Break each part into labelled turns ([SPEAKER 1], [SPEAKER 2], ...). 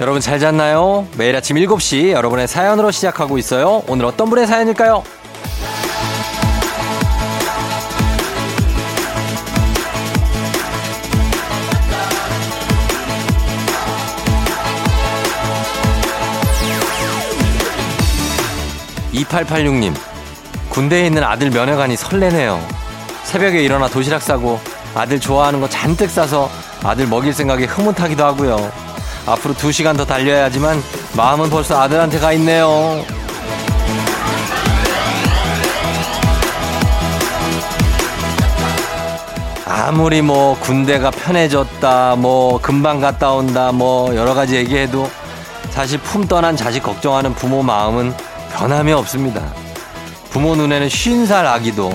[SPEAKER 1] 여러분 잘 잤나요? 매일 아침 7시 여러분의 사연으로 시작하고 있어요. 오늘 어떤 분의 사연일까요? 2886님, 군대에 있는 아들 면회관이 설레네요. 새벽에 일어나 도시락 싸고 아들 좋아하는 거 잔뜩 싸서 아들 먹일 생각에 흐뭇하기도 하고요. 앞으로 두시간더 달려야 하지만 마음은 벌써 아들한테 가 있네요. 아무리 뭐 군대가 편해졌다, 뭐 금방 갔다 온다, 뭐 여러 가지 얘기해도 사실 품 떠난 자식 걱정하는 부모 마음은 변함이 없습니다. 부모 눈에는 쉰 살 아기도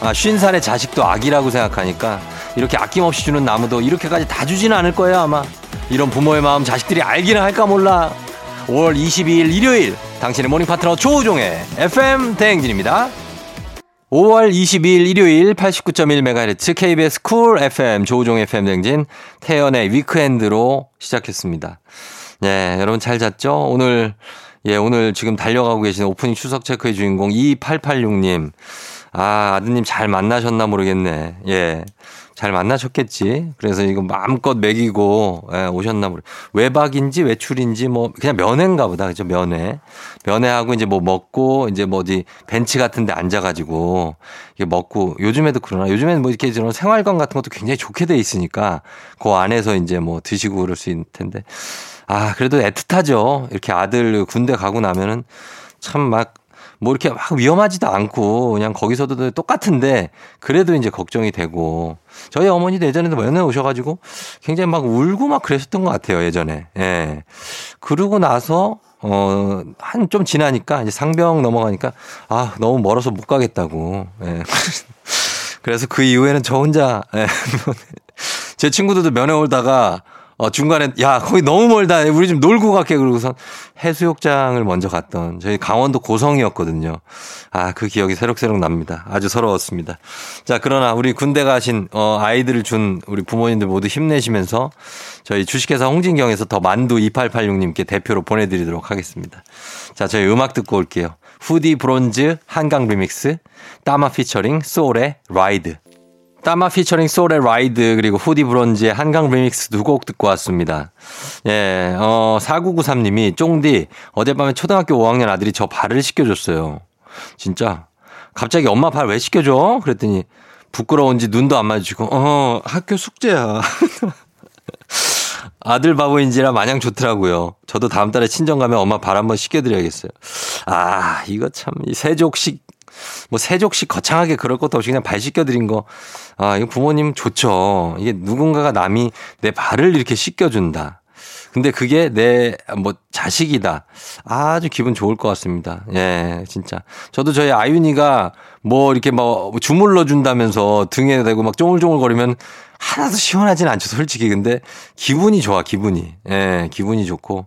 [SPEAKER 1] 아, 쉰 살의 자식도 아기라고 생각하니까 이렇게 아낌없이 주는 나무도 이렇게까지 다 주지는 않을 거예요 아마 이런 부모의 마음 자식들이 알기는 할까 몰라 5월 22일 일요일 당신의 모닝 파트너 조우종의 FM 대행진입니다 5월 22일 일요일 89.1MHz KBS 쿨 FM 조우종 FM 댕진 태연의 위크엔드로 시작했습니다. 예, 여러분 잘 잤죠? 오늘, 예, 오늘 지금 달려가고 계신 오프닝 추석 체크의 주인공 2886님. 아, 아드님 잘 만나셨나 모르겠네. 예. 잘 만나셨겠지. 그래서 이거 마음껏 먹이고, 예, 오셨나 모르 외박인지 외출인지 뭐, 그냥 면회인가 보다. 그죠? 면회. 면회하고 이제 뭐 먹고, 이제 뭐 어디 벤치 같은 데 앉아가지고, 이게 먹고, 요즘에도 그러나, 요즘에는 뭐 이렇게 저런 생활관 같은 것도 굉장히 좋게 돼 있으니까, 그 안에서 이제 뭐 드시고 그럴 수 있을 텐데. 아, 그래도 애틋하죠. 이렇게 아들 군대 가고 나면은 참 막, 뭐 이렇게 막 위험하지도 않고 그냥 거기서도 똑같은데 그래도 이제 걱정이 되고 저희 어머니도 예전에도 면회 오셔가지고 굉장히 막 울고 막 그랬었던 것 같아요 예전에 예 그러고 나서 어 한 좀 지나니까 이제 상병 넘어가니까 아 너무 멀어서 못 가겠다고 예 그래서 그 이후에는 저 혼자 예. 제 친구들도 면회 올다가 어, 중간에 야 거기 너무 멀다 우리 좀 놀고 갈게 그러고선 해수욕장을 먼저 갔던 저희 강원도 고성이었거든요 아 그 기억이 새록새록 납니다 아주 서러웠습니다 자 그러나 우리 군대 가신 어, 아이들을 준 우리 부모님들 모두 힘내시면서 저희 주식회사 홍진경에서 더 만두 2886님께 대표로 보내드리도록 하겠습니다 자 저희 음악 듣고 올게요 후디 브론즈 한강 리믹스 따마 피처링 소울의 라이드 따마 피처링 소울의 라이드 그리고 후디 브론즈의 한강 리믹스 두 곡 듣고 왔습니다. 예, 어 4993님이 쫑디 어젯밤에 초등학교 5학년 아들이 저 발을 씻겨줬어요. 진짜 갑자기 엄마 발 왜 씻겨줘? 그랬더니 부끄러운지 눈도 안 마주치고 어 학교 숙제야. 아들 바보인지라 마냥 좋더라고요. 저도 다음 달에 친정 가면 엄마 발 한번 씻겨드려야겠어요. 아 이거 참 이 세족식 뭐 세족식 거창하게 그럴 것도 없이 그냥 발 씻겨드린 거. 아, 이거 부모님 좋죠. 이게 누군가가 남이 내 발을 이렇게 씻겨준다. 근데 그게 내 뭐 자식이다. 아주 기분 좋을 것 같습니다. 예, 진짜. 저도 저희 아윤이가 뭐 이렇게 막 주물러 준다면서 등에 대고 막 쪼물쪼물거리면 하나도 시원하진 않죠, 솔직히. 근데 기분이 좋아, 기분이. 예, 기분이 좋고.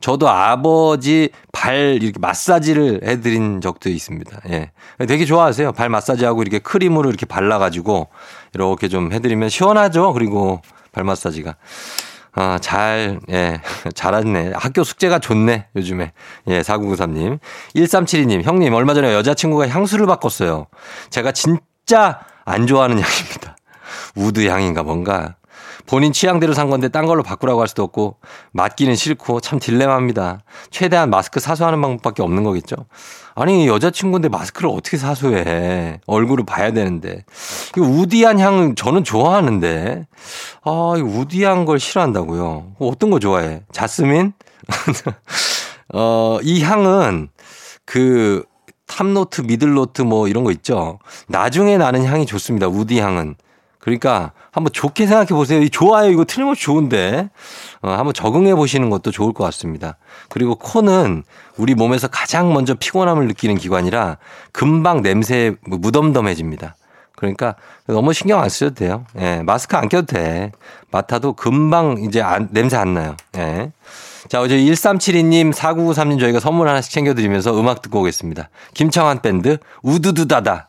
[SPEAKER 1] 저도 아버지 발 이렇게 마사지를 해드린 적도 있습니다. 예. 되게 좋아하세요. 발 마사지하고 이렇게 크림으로 이렇게 발라가지고 이렇게 좀 해드리면 시원하죠. 그리고 발 마사지가. 아, 잘, 예, 잘하네. 학교 숙제가 좋네, 요즘에. 예, 4993님. 1372님, 형님, 얼마 전에 여자친구가 향수를 바꿨어요. 제가 진짜 안 좋아하는 향입니다. 우드 향인가 뭔가. 본인 취향대로 산 건데 딴 걸로 바꾸라고 할 수도 없고, 맡기는 싫고, 참 딜레마입니다. 최대한 마스크 사수하는 방법밖에 없는 거겠죠? 아니, 여자친구인데 마스크를 어떻게 사수해. 얼굴을 봐야 되는데. 이 우디한 향은 저는 좋아하는데, 아, 이 우디한 걸 싫어한다고요. 어떤 거 좋아해? 자스민? 어, 이 향은 그 탑노트, 미들노트 뭐 이런 거 있죠. 나중에 나는 향이 좋습니다. 우디 향은. 그러니까 한번 좋게 생각해 보세요. 이 좋아요. 이거 틀림없이 좋은데. 어, 한번 적응해 보시는 것도 좋을 것 같습니다. 그리고 코는 우리 몸에서 가장 먼저 피곤함을 느끼는 기관이라 금방 냄새에 뭐 무덤덤해집니다. 그러니까 너무 신경 안 쓰셔도 돼요. 예, 마스크 안 껴도 돼. 맡아도 금방 이제 안- 냄새 안 나요. 예. 자, 어제 1372님, 4993님 저희가 선물 하나씩 챙겨드리면서 음악 듣고 오겠습니다. 김창환 밴드, 우두두다다.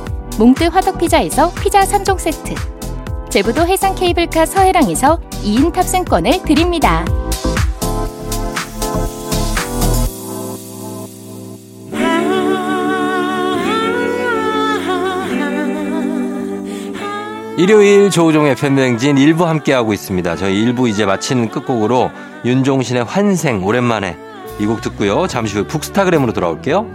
[SPEAKER 2] 몽뜨 화덕피자에서 피자 3종 세트 제부도 해상 케이블카 서해랑에서 2인 탑승권을 드립니다.
[SPEAKER 1] 일요일 조우종의 팬댕진 일부 함께하고 있습니다. 저희 일부 이제 마친 끝곡으로 윤종신의 환생 오랜만에 이 곡 듣고요. 잠시 후 북스타그램으로 돌아올게요.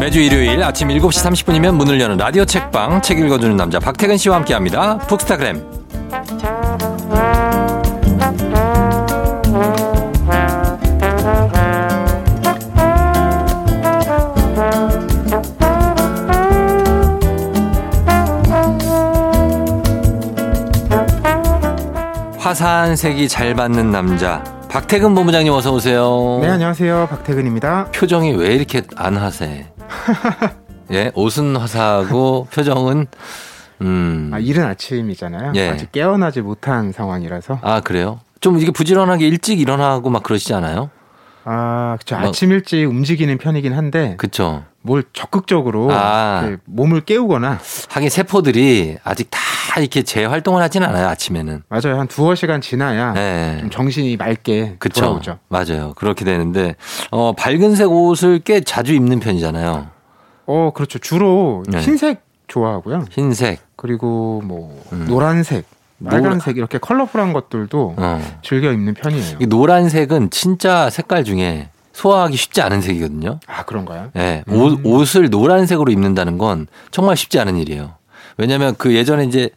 [SPEAKER 1] 매주 일요일 아침 7시 30분이면 문을 여는 라디오 책방 책 읽어주는 남자 박태근 씨와 함께합니다. 북스타그램. 화사한 색이 잘 받는 남자 박태근 본부장님 어서 오세요.
[SPEAKER 3] 네, 안녕하세요. 박태근입니다.
[SPEAKER 1] 표정이 왜 이렇게 안 화사해? 예, 옷은 화사하고 표정은 음.
[SPEAKER 3] 아, 이른 아침이잖아요.
[SPEAKER 1] 예.
[SPEAKER 3] 아직 깨어나지 못한 상황이라서.
[SPEAKER 1] 아, 그래요? 좀 이게 부지런하게 일찍 일어나고 막 그러시지 않아요?
[SPEAKER 3] 아, 그쵸.
[SPEAKER 1] 뭐-
[SPEAKER 3] 아침 일찍 움직이는 편이긴 한데,
[SPEAKER 1] 그쵸.
[SPEAKER 3] 뭘 적극적으로
[SPEAKER 1] 아.
[SPEAKER 3] 이렇게 몸을 깨우거나,
[SPEAKER 1] 하긴 세포들이 아직 다 이렇게 재활동을 하진 않아요, 아침에는.
[SPEAKER 3] 맞아요. 한 두어 시간 지나야
[SPEAKER 1] 예.
[SPEAKER 3] 아, 좀 정신이 맑게
[SPEAKER 1] 그쵸.
[SPEAKER 3] 돌아오죠.
[SPEAKER 1] 맞아요. 그렇게 되는데, 어, 밝은색 옷을 꽤 자주 입는 편이잖아요.
[SPEAKER 3] 어, 그렇죠. 주로
[SPEAKER 1] 네.
[SPEAKER 3] 흰색 좋아하고요.
[SPEAKER 1] 흰색.
[SPEAKER 3] 그리고 뭐,
[SPEAKER 1] 음.
[SPEAKER 3] 노란색,
[SPEAKER 1] 노란-
[SPEAKER 3] 빨간색, 이렇게 컬러풀한 것들도
[SPEAKER 1] 어.
[SPEAKER 3] 즐겨 입는 편이에요.
[SPEAKER 1] 이 노란색은 진짜 색깔 중에 소화하기 쉽지 않은 색이거든요.
[SPEAKER 3] 아, 그런가요?
[SPEAKER 1] 예, 옷, 옷을 노란색으로 입는다는 건 정말 쉽지 않은 일이에요. 왜냐하면 그 예전에 이제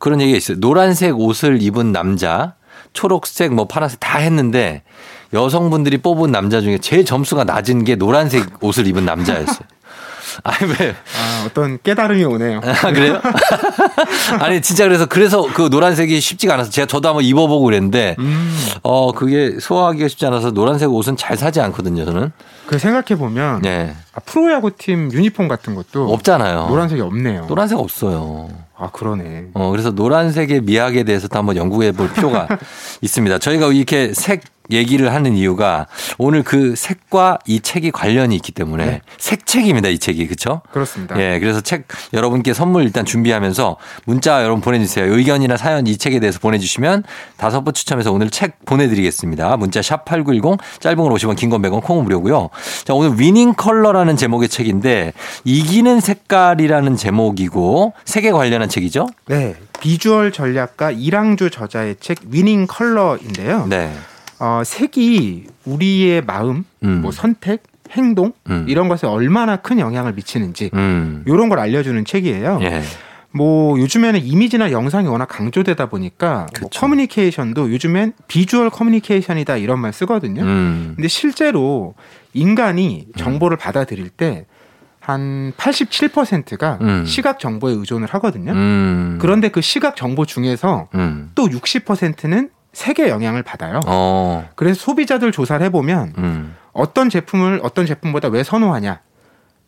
[SPEAKER 1] 그런 얘기가 있어요. 노란색 옷을 입은 남자, 초록색, 뭐 파란색 다 했는데 여성분들이 뽑은 남자 중에 제일 점수가 낮은 게 노란색 옷을 입은 남자였어요. 아니 왜?
[SPEAKER 3] 아, 어떤 깨달음이 오네요.
[SPEAKER 1] 아, 그래요? 아니 진짜 그래서 그래서 그 노란색이 쉽지가 않아서 제가 저도 한번 입어보고 그랬는데
[SPEAKER 3] 음.
[SPEAKER 1] 어 그게 소화하기가 쉽지 않아서 노란색 옷은 잘 사지 않거든요 저는.
[SPEAKER 3] 그 생각해 보면
[SPEAKER 1] 예,
[SPEAKER 3] 아, 프로야구 팀 유니폼 같은 것도
[SPEAKER 1] 없잖아요.
[SPEAKER 3] 노란색이 없네요.
[SPEAKER 1] 노란색 없어요.
[SPEAKER 3] 아 그러네.
[SPEAKER 1] 어, 그래서 노란색의 미학에 대해서도 한번 연구해 볼 필요가 있습니다. 저희가 이렇게 색 얘기를 하는 이유가 오늘 그 색과 이 책이 관련이 있기 때문에
[SPEAKER 3] 네.
[SPEAKER 1] 색책입니다 이 책이 그렇죠?
[SPEAKER 3] 그렇습니다.
[SPEAKER 1] 예, 그래서 책 여러분께 선물 일단 준비하면서 문자 여러분 보내주세요. 의견이나 사연 이 책에 대해서 보내주시면 다섯 분 추첨해서 오늘 책 보내드리겠습니다. 문자 샵 #8910 짧은 건 50원, 긴 건 100원, 콩은 무료고요. 자, 오늘 위닝 컬러라는 제목의 책인데 이기는 색깔이라는 제목이고 색에 관련한 책이죠?
[SPEAKER 3] 네, 비주얼 전략가 이랑주 저자의 책 위닝 컬러인데요.
[SPEAKER 1] 네,
[SPEAKER 3] 어, 색이 우리의 마음,
[SPEAKER 1] 음.
[SPEAKER 3] 뭐 선택, 행동
[SPEAKER 1] 음.
[SPEAKER 3] 이런 것에 얼마나 큰 영향을 미치는지
[SPEAKER 1] 음,
[SPEAKER 3] 이런 걸 알려주는 책이에요.
[SPEAKER 1] 예,
[SPEAKER 3] 뭐 요즘에는 이미지나 영상이 워낙 강조되다 보니까 뭐
[SPEAKER 1] 그쵸.
[SPEAKER 3] 커뮤니케이션도 요즘엔 비주얼 커뮤니케이션이다 이런 말 쓰거든요.
[SPEAKER 1] 음,
[SPEAKER 3] 근데 실제로 인간이 정보를 받아들일 때 한 87%가
[SPEAKER 1] 음.
[SPEAKER 3] 시각 정보에 의존을 하거든요.
[SPEAKER 1] 음,
[SPEAKER 3] 네? 그런데 그 시각 정보 중에서
[SPEAKER 1] 음,
[SPEAKER 3] 또 60%는 색의 영향을 받아요.
[SPEAKER 1] 어,
[SPEAKER 3] 그래서 소비자들 조사를 해보면
[SPEAKER 1] 음,
[SPEAKER 3] 어떤 제품을 어떤 제품보다 왜 선호하냐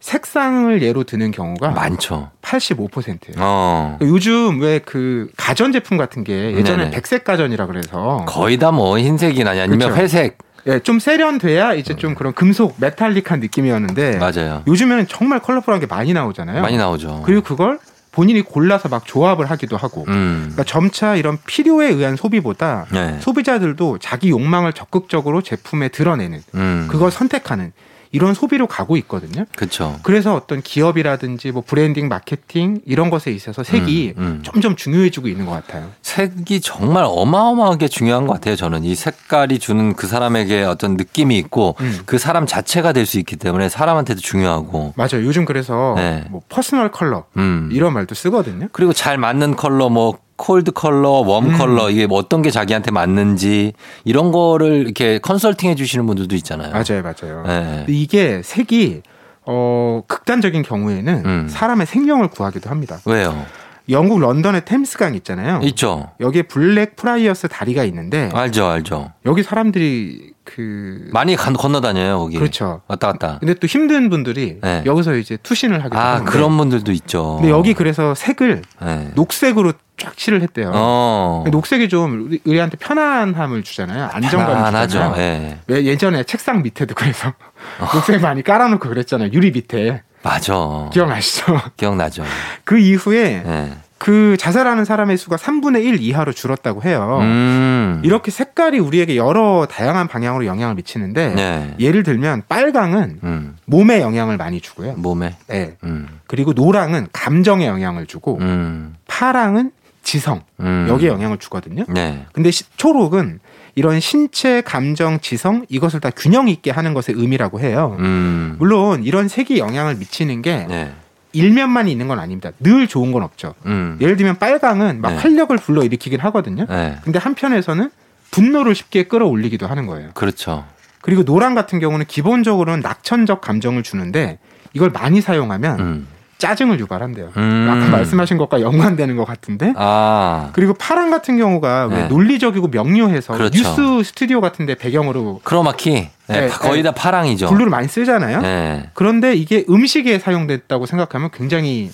[SPEAKER 3] 색상을 예로 드는 경우가
[SPEAKER 1] 많죠.
[SPEAKER 3] 85%예요. 그러니까
[SPEAKER 1] 어,
[SPEAKER 3] 요즘 왜 그 가전 제품 같은 게 예전에
[SPEAKER 1] 네네.
[SPEAKER 3] 백색 가전이라 그래서
[SPEAKER 1] 거의 다 뭐 흰색이나 아니면
[SPEAKER 3] 그쵸.
[SPEAKER 1] 회색
[SPEAKER 3] 예, 좀 세련돼야 이제 좀 그런 금속 메탈릭한 느낌이었는데
[SPEAKER 1] 음. 맞아요.
[SPEAKER 3] 요즘에는 정말 컬러풀한 게 많이 나오잖아요.
[SPEAKER 1] 많이 나오죠.
[SPEAKER 3] 네. 그리고 그걸 본인이 골라서 막 조합을 하기도 하고
[SPEAKER 1] 음.
[SPEAKER 3] 그러니까 점차 이런 필요에 의한 소비보다
[SPEAKER 1] 네.
[SPEAKER 3] 소비자들도 자기 욕망을 적극적으로 제품에 드러내는
[SPEAKER 1] 음.
[SPEAKER 3] 그걸 선택하는 이런 소비로 가고 있거든요.
[SPEAKER 1] 그쵸.
[SPEAKER 3] 그래서 어떤 기업이라든지 뭐 브랜딩, 마케팅 이런 것에 있어서 색이
[SPEAKER 1] 음, 음.
[SPEAKER 3] 점점 중요해지고 있는 것 같아요.
[SPEAKER 1] 색이 정말 어마어마하게 중요한 것 같아요. 저는 이 색깔이 주는 그 사람에게 어떤 느낌이 있고
[SPEAKER 3] 음.
[SPEAKER 1] 그 사람 자체가 될 수 있기 때문에 사람한테도 중요하고.
[SPEAKER 3] 맞아요. 요즘 그래서
[SPEAKER 1] 네.
[SPEAKER 3] 뭐 퍼스널 컬러
[SPEAKER 1] 음.
[SPEAKER 3] 이런 말도 쓰거든요.
[SPEAKER 1] 그리고 잘 맞는 컬러 뭐 콜드 컬러, 웜
[SPEAKER 3] 음.
[SPEAKER 1] 컬러 이게 뭐 어떤 게 자기한테 맞는지 이런 거를 이렇게 컨설팅 해주시는 분들도 있잖아요.
[SPEAKER 3] 맞아요, 맞아요.
[SPEAKER 1] 네.
[SPEAKER 3] 근데 이게 색이 어 극단적인 경우에는
[SPEAKER 1] 음.
[SPEAKER 3] 사람의 생명을 구하기도 합니다.
[SPEAKER 1] 왜요?
[SPEAKER 3] 영국 런던의 템스강 있잖아요.
[SPEAKER 1] 있죠.
[SPEAKER 3] 여기에 블랙 프라이어스 다리가 있는데
[SPEAKER 1] 알죠, 알죠.
[SPEAKER 3] 여기 사람들이 그
[SPEAKER 1] 많이 간- 건너다녀요 거기.
[SPEAKER 3] 그렇죠.
[SPEAKER 1] 왔다 갔다.
[SPEAKER 3] 근데 또 힘든 분들이
[SPEAKER 1] 예. 아. 네.
[SPEAKER 3] 여기서 이제 투신을 하기도
[SPEAKER 1] 아
[SPEAKER 3] 하는데
[SPEAKER 1] 그런 분들도 있죠. 예.
[SPEAKER 3] 근데 여기 그래서 색을
[SPEAKER 1] 네.
[SPEAKER 3] 녹색으로 쫙 칠을 했대요.
[SPEAKER 1] 어.
[SPEAKER 3] 녹색이 좀 우리- 우리한테 편안함을 주잖아요. 안정감을
[SPEAKER 1] 편안하죠.
[SPEAKER 3] 주잖아요.
[SPEAKER 1] 예. 어.
[SPEAKER 3] 왜 예전에 책상 밑에도 그래서 녹색 많이 깔아놓고 그랬잖아요. 유리 밑에
[SPEAKER 1] 맞아.
[SPEAKER 3] 기억나시죠?
[SPEAKER 1] 기억나죠.
[SPEAKER 3] 그 이후에
[SPEAKER 1] 예.
[SPEAKER 3] 그 자살하는 사람의 수가 3분의 1 이하로 줄었다고 해요.
[SPEAKER 1] 음.
[SPEAKER 3] 어. 이렇게 색깔이 우리에게 여러 다양한 방향으로 영향을 미치는데
[SPEAKER 1] 예.
[SPEAKER 3] 예를 들면 빨강은
[SPEAKER 1] 음.
[SPEAKER 3] 몸에 영향을 많이 주고요.
[SPEAKER 1] 몸에.
[SPEAKER 3] 네.
[SPEAKER 1] 음.
[SPEAKER 3] 그리고 노랑은 감정에 영향을 주고
[SPEAKER 1] 음.
[SPEAKER 3] 파랑은 지성
[SPEAKER 1] 음.
[SPEAKER 3] 여기에 영향을 주거든요.
[SPEAKER 1] 네.
[SPEAKER 3] 근데 시- 초록은 이런 신체, 감정, 지성 이것을 다 균형 있게 하는 것의 의미라고 해요.
[SPEAKER 1] 음.
[SPEAKER 3] 물론 이런 색이 영향을 미치는 게
[SPEAKER 1] 네.
[SPEAKER 3] 일면만 있는 건 아닙니다. 늘 좋은 건 없죠.
[SPEAKER 1] 음.
[SPEAKER 3] 예를 들면 빨강은 막
[SPEAKER 1] 네.
[SPEAKER 3] 활력을 불러일으키긴 하거든요.
[SPEAKER 1] 네.
[SPEAKER 3] 근데 한편에서는 분노를 쉽게 끌어올리기도 하는 거예요.
[SPEAKER 1] 그렇죠.
[SPEAKER 3] 그리고 노랑 같은 경우는 기본적으로는 낙천적 감정을 주는데 이걸 많이 사용하면
[SPEAKER 1] 음.
[SPEAKER 3] 짜증을 유발한대요.
[SPEAKER 1] 음.
[SPEAKER 3] 네. 아까 말씀하신 것과 연관되는 것 같은데.
[SPEAKER 1] 아.
[SPEAKER 3] 그리고 파랑 같은 경우가 왜
[SPEAKER 1] 네.
[SPEAKER 3] 논리적이고 명료해서
[SPEAKER 1] 그렇죠.
[SPEAKER 3] 뉴스 스튜디오 같은데 배경으로
[SPEAKER 1] 크로마키. 예,
[SPEAKER 3] 네,
[SPEAKER 1] 다- 거의
[SPEAKER 3] 네.
[SPEAKER 1] 다 파랑이죠.
[SPEAKER 3] 블루를 네. 많이 쓰잖아요.
[SPEAKER 1] 예.
[SPEAKER 3] 그런데 이게 음식에 사용됐다고 생각하면 굉장히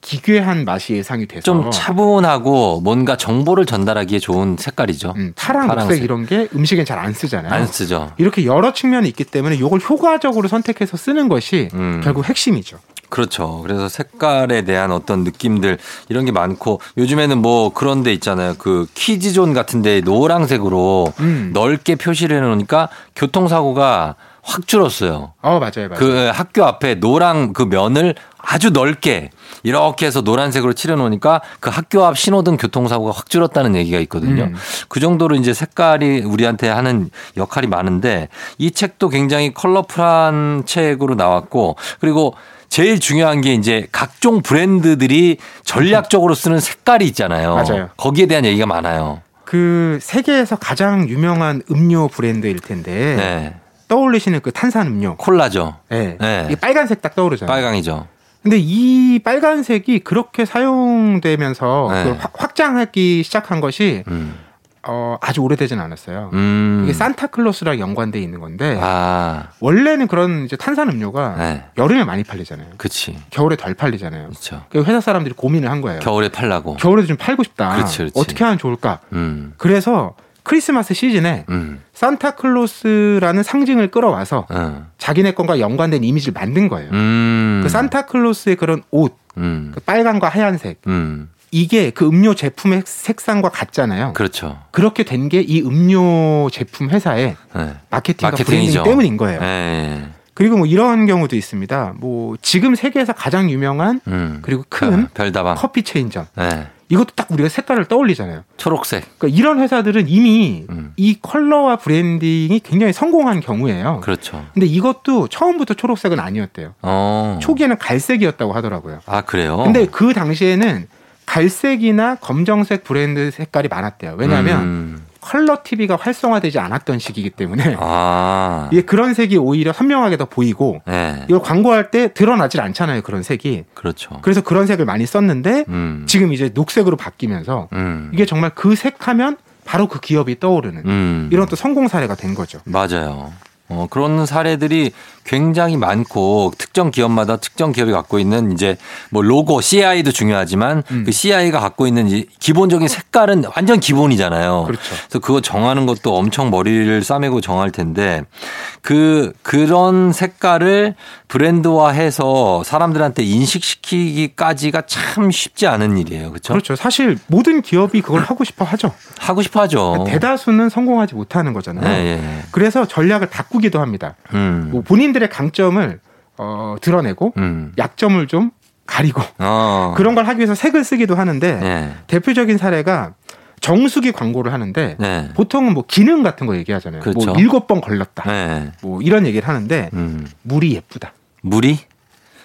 [SPEAKER 3] 기괴한 맛이 예상이 돼서
[SPEAKER 1] 좀 차분하고 뭔가 정보를 전달하기에 좋은 색깔이죠.
[SPEAKER 3] 음, 네. 파랑,
[SPEAKER 1] 파랑색.
[SPEAKER 3] 녹색 이런 게 음식엔 잘 안 쓰잖아요.
[SPEAKER 1] 안 쓰죠.
[SPEAKER 3] 이렇게 여러 측면이 있기 때문에 이걸 효과적으로 선택해서 쓰는 것이
[SPEAKER 1] 음.
[SPEAKER 3] 결국 핵심이죠.
[SPEAKER 1] 그렇죠. 그래서 색깔에 대한 어떤 느낌들 이런 게 많고 요즘에는 뭐 그런 데 있잖아요. 그 키즈존 같은 데 노란색으로
[SPEAKER 3] 음.
[SPEAKER 1] 넓게 표시를 해놓으니까 교통사고가 확 줄었어요.
[SPEAKER 3] 어 맞아요, 맞아요.
[SPEAKER 1] 그 학교 앞에 노랑 그 면을 아주 넓게 이렇게 해서 노란색으로 칠해놓으니까 그 학교 앞 신호등 교통사고가 확 줄었다는 얘기가 있거든요.
[SPEAKER 3] 음.
[SPEAKER 1] 그 정도로 이제 색깔이 우리한테 하는 역할이 많은데 이 책도 굉장히 컬러풀한 책으로 나왔고 그리고 제일 중요한 게 이제 각종 브랜드들이 전략적으로 쓰는 색깔이 있잖아요.
[SPEAKER 3] 맞아요.
[SPEAKER 1] 거기에 대한 얘기가 많아요.
[SPEAKER 3] 그 세계에서 가장 유명한 음료 브랜드일 텐데
[SPEAKER 1] 네.
[SPEAKER 3] 떠올리시는 그 탄산 음료.
[SPEAKER 1] 콜라죠.
[SPEAKER 3] 예.
[SPEAKER 1] 네.
[SPEAKER 3] 이게 빨간색 딱 떠오르잖아요.
[SPEAKER 1] 빨강이죠.
[SPEAKER 3] 근데 이 빨간색이 그렇게 사용되면서
[SPEAKER 1] 네.
[SPEAKER 3] 그걸 확- 확장하기 시작한 것이
[SPEAKER 1] 음.
[SPEAKER 3] 어, 아주 오래되진 않았어요.
[SPEAKER 1] 음.
[SPEAKER 3] 이게 산타클로스랑 연관돼 있는 건데
[SPEAKER 1] 아.
[SPEAKER 3] 원래는 그런 이제 탄산 음료가
[SPEAKER 1] 네.
[SPEAKER 3] 여름에 많이 팔리잖아요.
[SPEAKER 1] 그치.
[SPEAKER 3] 겨울에 덜 팔리잖아요.
[SPEAKER 1] 그렇죠.
[SPEAKER 3] 그 회사 사람들이 고민을 한 거예요.
[SPEAKER 1] 겨울에 팔라고.
[SPEAKER 3] 겨울에도 좀 팔고 싶다.
[SPEAKER 1] 그렇지, 그렇지.
[SPEAKER 3] 어떻게 하면 좋을까?
[SPEAKER 1] 음.
[SPEAKER 3] 그래서 크리스마스 시즌에
[SPEAKER 1] 음.
[SPEAKER 3] 산타클로스라는 상징을 끌어와서
[SPEAKER 1] 어.
[SPEAKER 3] 자기네 건과 연관된 이미지를 만든 거예요.
[SPEAKER 1] 음.
[SPEAKER 3] 그 산타클로스의 그런 옷,
[SPEAKER 1] 음.
[SPEAKER 3] 그 빨간과 하얀색
[SPEAKER 1] 음.
[SPEAKER 3] 이게 그 음료 제품의 색상과 같잖아요.
[SPEAKER 1] 그렇죠.
[SPEAKER 3] 그렇게 된 게 이 음료 제품 회사의
[SPEAKER 1] 네.
[SPEAKER 3] 마케팅과
[SPEAKER 1] 마케팅이죠.
[SPEAKER 3] 브랜딩 때문인 거예요.
[SPEAKER 1] 네.
[SPEAKER 3] 그리고 뭐 이런 경우도 있습니다. 뭐 지금 세계에서 가장 유명한
[SPEAKER 1] 음.
[SPEAKER 3] 그리고 큰
[SPEAKER 1] 어, 별다방.
[SPEAKER 3] 커피 체인점.
[SPEAKER 1] 네.
[SPEAKER 3] 이것도 딱 우리가 색깔을 떠올리잖아요.
[SPEAKER 1] 초록색.
[SPEAKER 3] 그러니까 이런 회사들은 이미
[SPEAKER 1] 음.
[SPEAKER 3] 이 컬러와 브랜딩이 굉장히 성공한 경우예요.
[SPEAKER 1] 그렇죠.
[SPEAKER 3] 근데 이것도 처음부터 초록색은 아니었대요.
[SPEAKER 1] 어.
[SPEAKER 3] 초기에는 갈색이었다고 하더라고요.
[SPEAKER 1] 아 그래요.
[SPEAKER 3] 근데 그 당시에는 갈색이나 검정색 브랜드 색깔이 많았대요. 왜냐하면
[SPEAKER 1] 음.
[SPEAKER 3] 컬러 TV가 활성화되지 않았던 시기이기 때문에
[SPEAKER 1] 아.
[SPEAKER 3] 이게 그런 색이 오히려 선명하게 더 보이고
[SPEAKER 1] 네.
[SPEAKER 3] 이걸 광고할 때 드러나질 않잖아요. 그런 색이.
[SPEAKER 1] 그렇죠.
[SPEAKER 3] 그래서 그런 색을 많이 썼는데
[SPEAKER 1] 음.
[SPEAKER 3] 지금 이제 녹색으로 바뀌면서
[SPEAKER 1] 음.
[SPEAKER 3] 이게 정말 그 색 하면 바로 그 기업이 떠오르는
[SPEAKER 1] 음.
[SPEAKER 3] 이런 또 성공 사례가 된 거죠.
[SPEAKER 1] 맞아요. 어, 그런 사례들이 굉장히 많고 특정 기업마다 특정 기업이 갖고 있는 이제 뭐 로고 CI도 중요하지만
[SPEAKER 3] 음.
[SPEAKER 1] 그 CI가 갖고 있는 이 기본적인 색깔은 완전 기본이잖아요.
[SPEAKER 3] 그렇죠.
[SPEAKER 1] 그래서 그거 정하는 것도 엄청 머리를 싸매고 정할 텐데 그 그런 색깔을 브랜드화해서 사람들한테 인식시키기까지가 참 쉽지 않은 일이에요. 그렇죠?
[SPEAKER 3] 그렇죠. 사실 모든 기업이 그걸 하고 싶어 하죠. 그러니까
[SPEAKER 1] 하고 싶어 하죠.
[SPEAKER 3] 대다수는 성공하지 못하는 거잖아요.
[SPEAKER 1] 예, 예.
[SPEAKER 3] 그래서 전략을 바꾸기도 합니다.
[SPEAKER 1] 음.
[SPEAKER 3] 뭐 본인들의 강점을 어, 드러내고
[SPEAKER 1] 음.
[SPEAKER 3] 약점을 좀 가리고
[SPEAKER 1] 어.
[SPEAKER 3] 그런 걸 하기 위해서 색을 쓰기도 하는데
[SPEAKER 1] 예.
[SPEAKER 3] 대표적인 사례가 정수기 광고를 하는데
[SPEAKER 1] 네.
[SPEAKER 3] 보통은 뭐 기능 같은 거 얘기하잖아요.
[SPEAKER 1] 그렇죠.
[SPEAKER 3] 뭐 일곱 번 걸렸다.
[SPEAKER 1] 네.
[SPEAKER 3] 뭐 이런 얘기를 하는데
[SPEAKER 1] 음.
[SPEAKER 3] 물이 예쁘다.
[SPEAKER 1] 물이?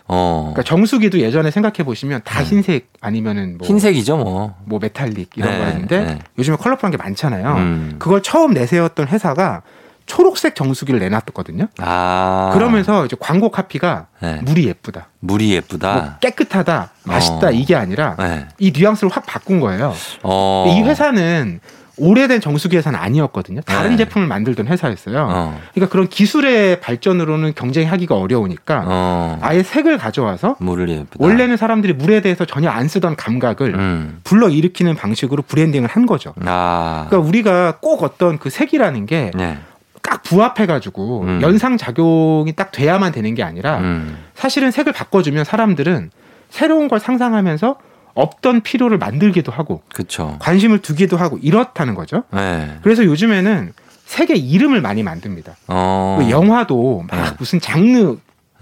[SPEAKER 1] 어. 음.
[SPEAKER 3] 그러니까 정수기도 예전에 생각해 보시면 다 흰색 아니면은 뭐,
[SPEAKER 1] 흰색이죠, 뭐.
[SPEAKER 3] 뭐 메탈릭 이런
[SPEAKER 1] 네,
[SPEAKER 3] 거였는데
[SPEAKER 1] 네.
[SPEAKER 3] 요즘에 컬러풀한 게 많잖아요.
[SPEAKER 1] 음.
[SPEAKER 3] 그걸 처음 내세웠던 회사가 초록색 정수기를 내놨었거든요.
[SPEAKER 1] 아.
[SPEAKER 3] 그러면서 이제 광고 카피가
[SPEAKER 1] 네.
[SPEAKER 3] 물이 예쁘다,
[SPEAKER 1] 물이
[SPEAKER 3] 뭐
[SPEAKER 1] 예쁘다.
[SPEAKER 3] 깨끗하다, 맛있다
[SPEAKER 1] 어.
[SPEAKER 3] 이게 아니라
[SPEAKER 1] 네.
[SPEAKER 3] 이 뉘앙스를 확 바꾼 거예요.
[SPEAKER 1] 어.
[SPEAKER 3] 근데 뭐 이 회사는 오래된 정수기 회사는 아니었거든요. 다른
[SPEAKER 1] 네.
[SPEAKER 3] 제품을 만들던 회사였어요.
[SPEAKER 1] 어.
[SPEAKER 3] 그러니까 그런 기술의 발전으로는 경쟁하기가 어려우니까
[SPEAKER 1] 어.
[SPEAKER 3] 아예 색을 가져와서
[SPEAKER 1] 물을 예쁘다.
[SPEAKER 3] 원래는 사람들이 물에 대해서 전혀 안 쓰던 감각을
[SPEAKER 1] 음.
[SPEAKER 3] 불러 일으키는 방식으로 브랜딩을 한 거죠.
[SPEAKER 1] 아.
[SPEAKER 3] 그러니까 우리가 꼭 어떤 그 색이라는
[SPEAKER 1] 네.
[SPEAKER 3] 게 딱 부합해가지고
[SPEAKER 1] 음.
[SPEAKER 3] 연상 작용이 딱 돼야만 되는 게 아니라
[SPEAKER 1] 음.
[SPEAKER 3] 사실은 색을 바꿔주면 사람들은 새로운 걸 상상하면서 없던 필요를 만들기도 하고
[SPEAKER 1] 그쵸.
[SPEAKER 3] 관심을 두기도 하고 이렇다는 거죠.
[SPEAKER 1] 네.
[SPEAKER 3] 그래서 요즘에는 색의 이름을 많이 만듭니다.
[SPEAKER 1] 어.
[SPEAKER 3] 그 영화도 막
[SPEAKER 1] 네.
[SPEAKER 3] 무슨 장르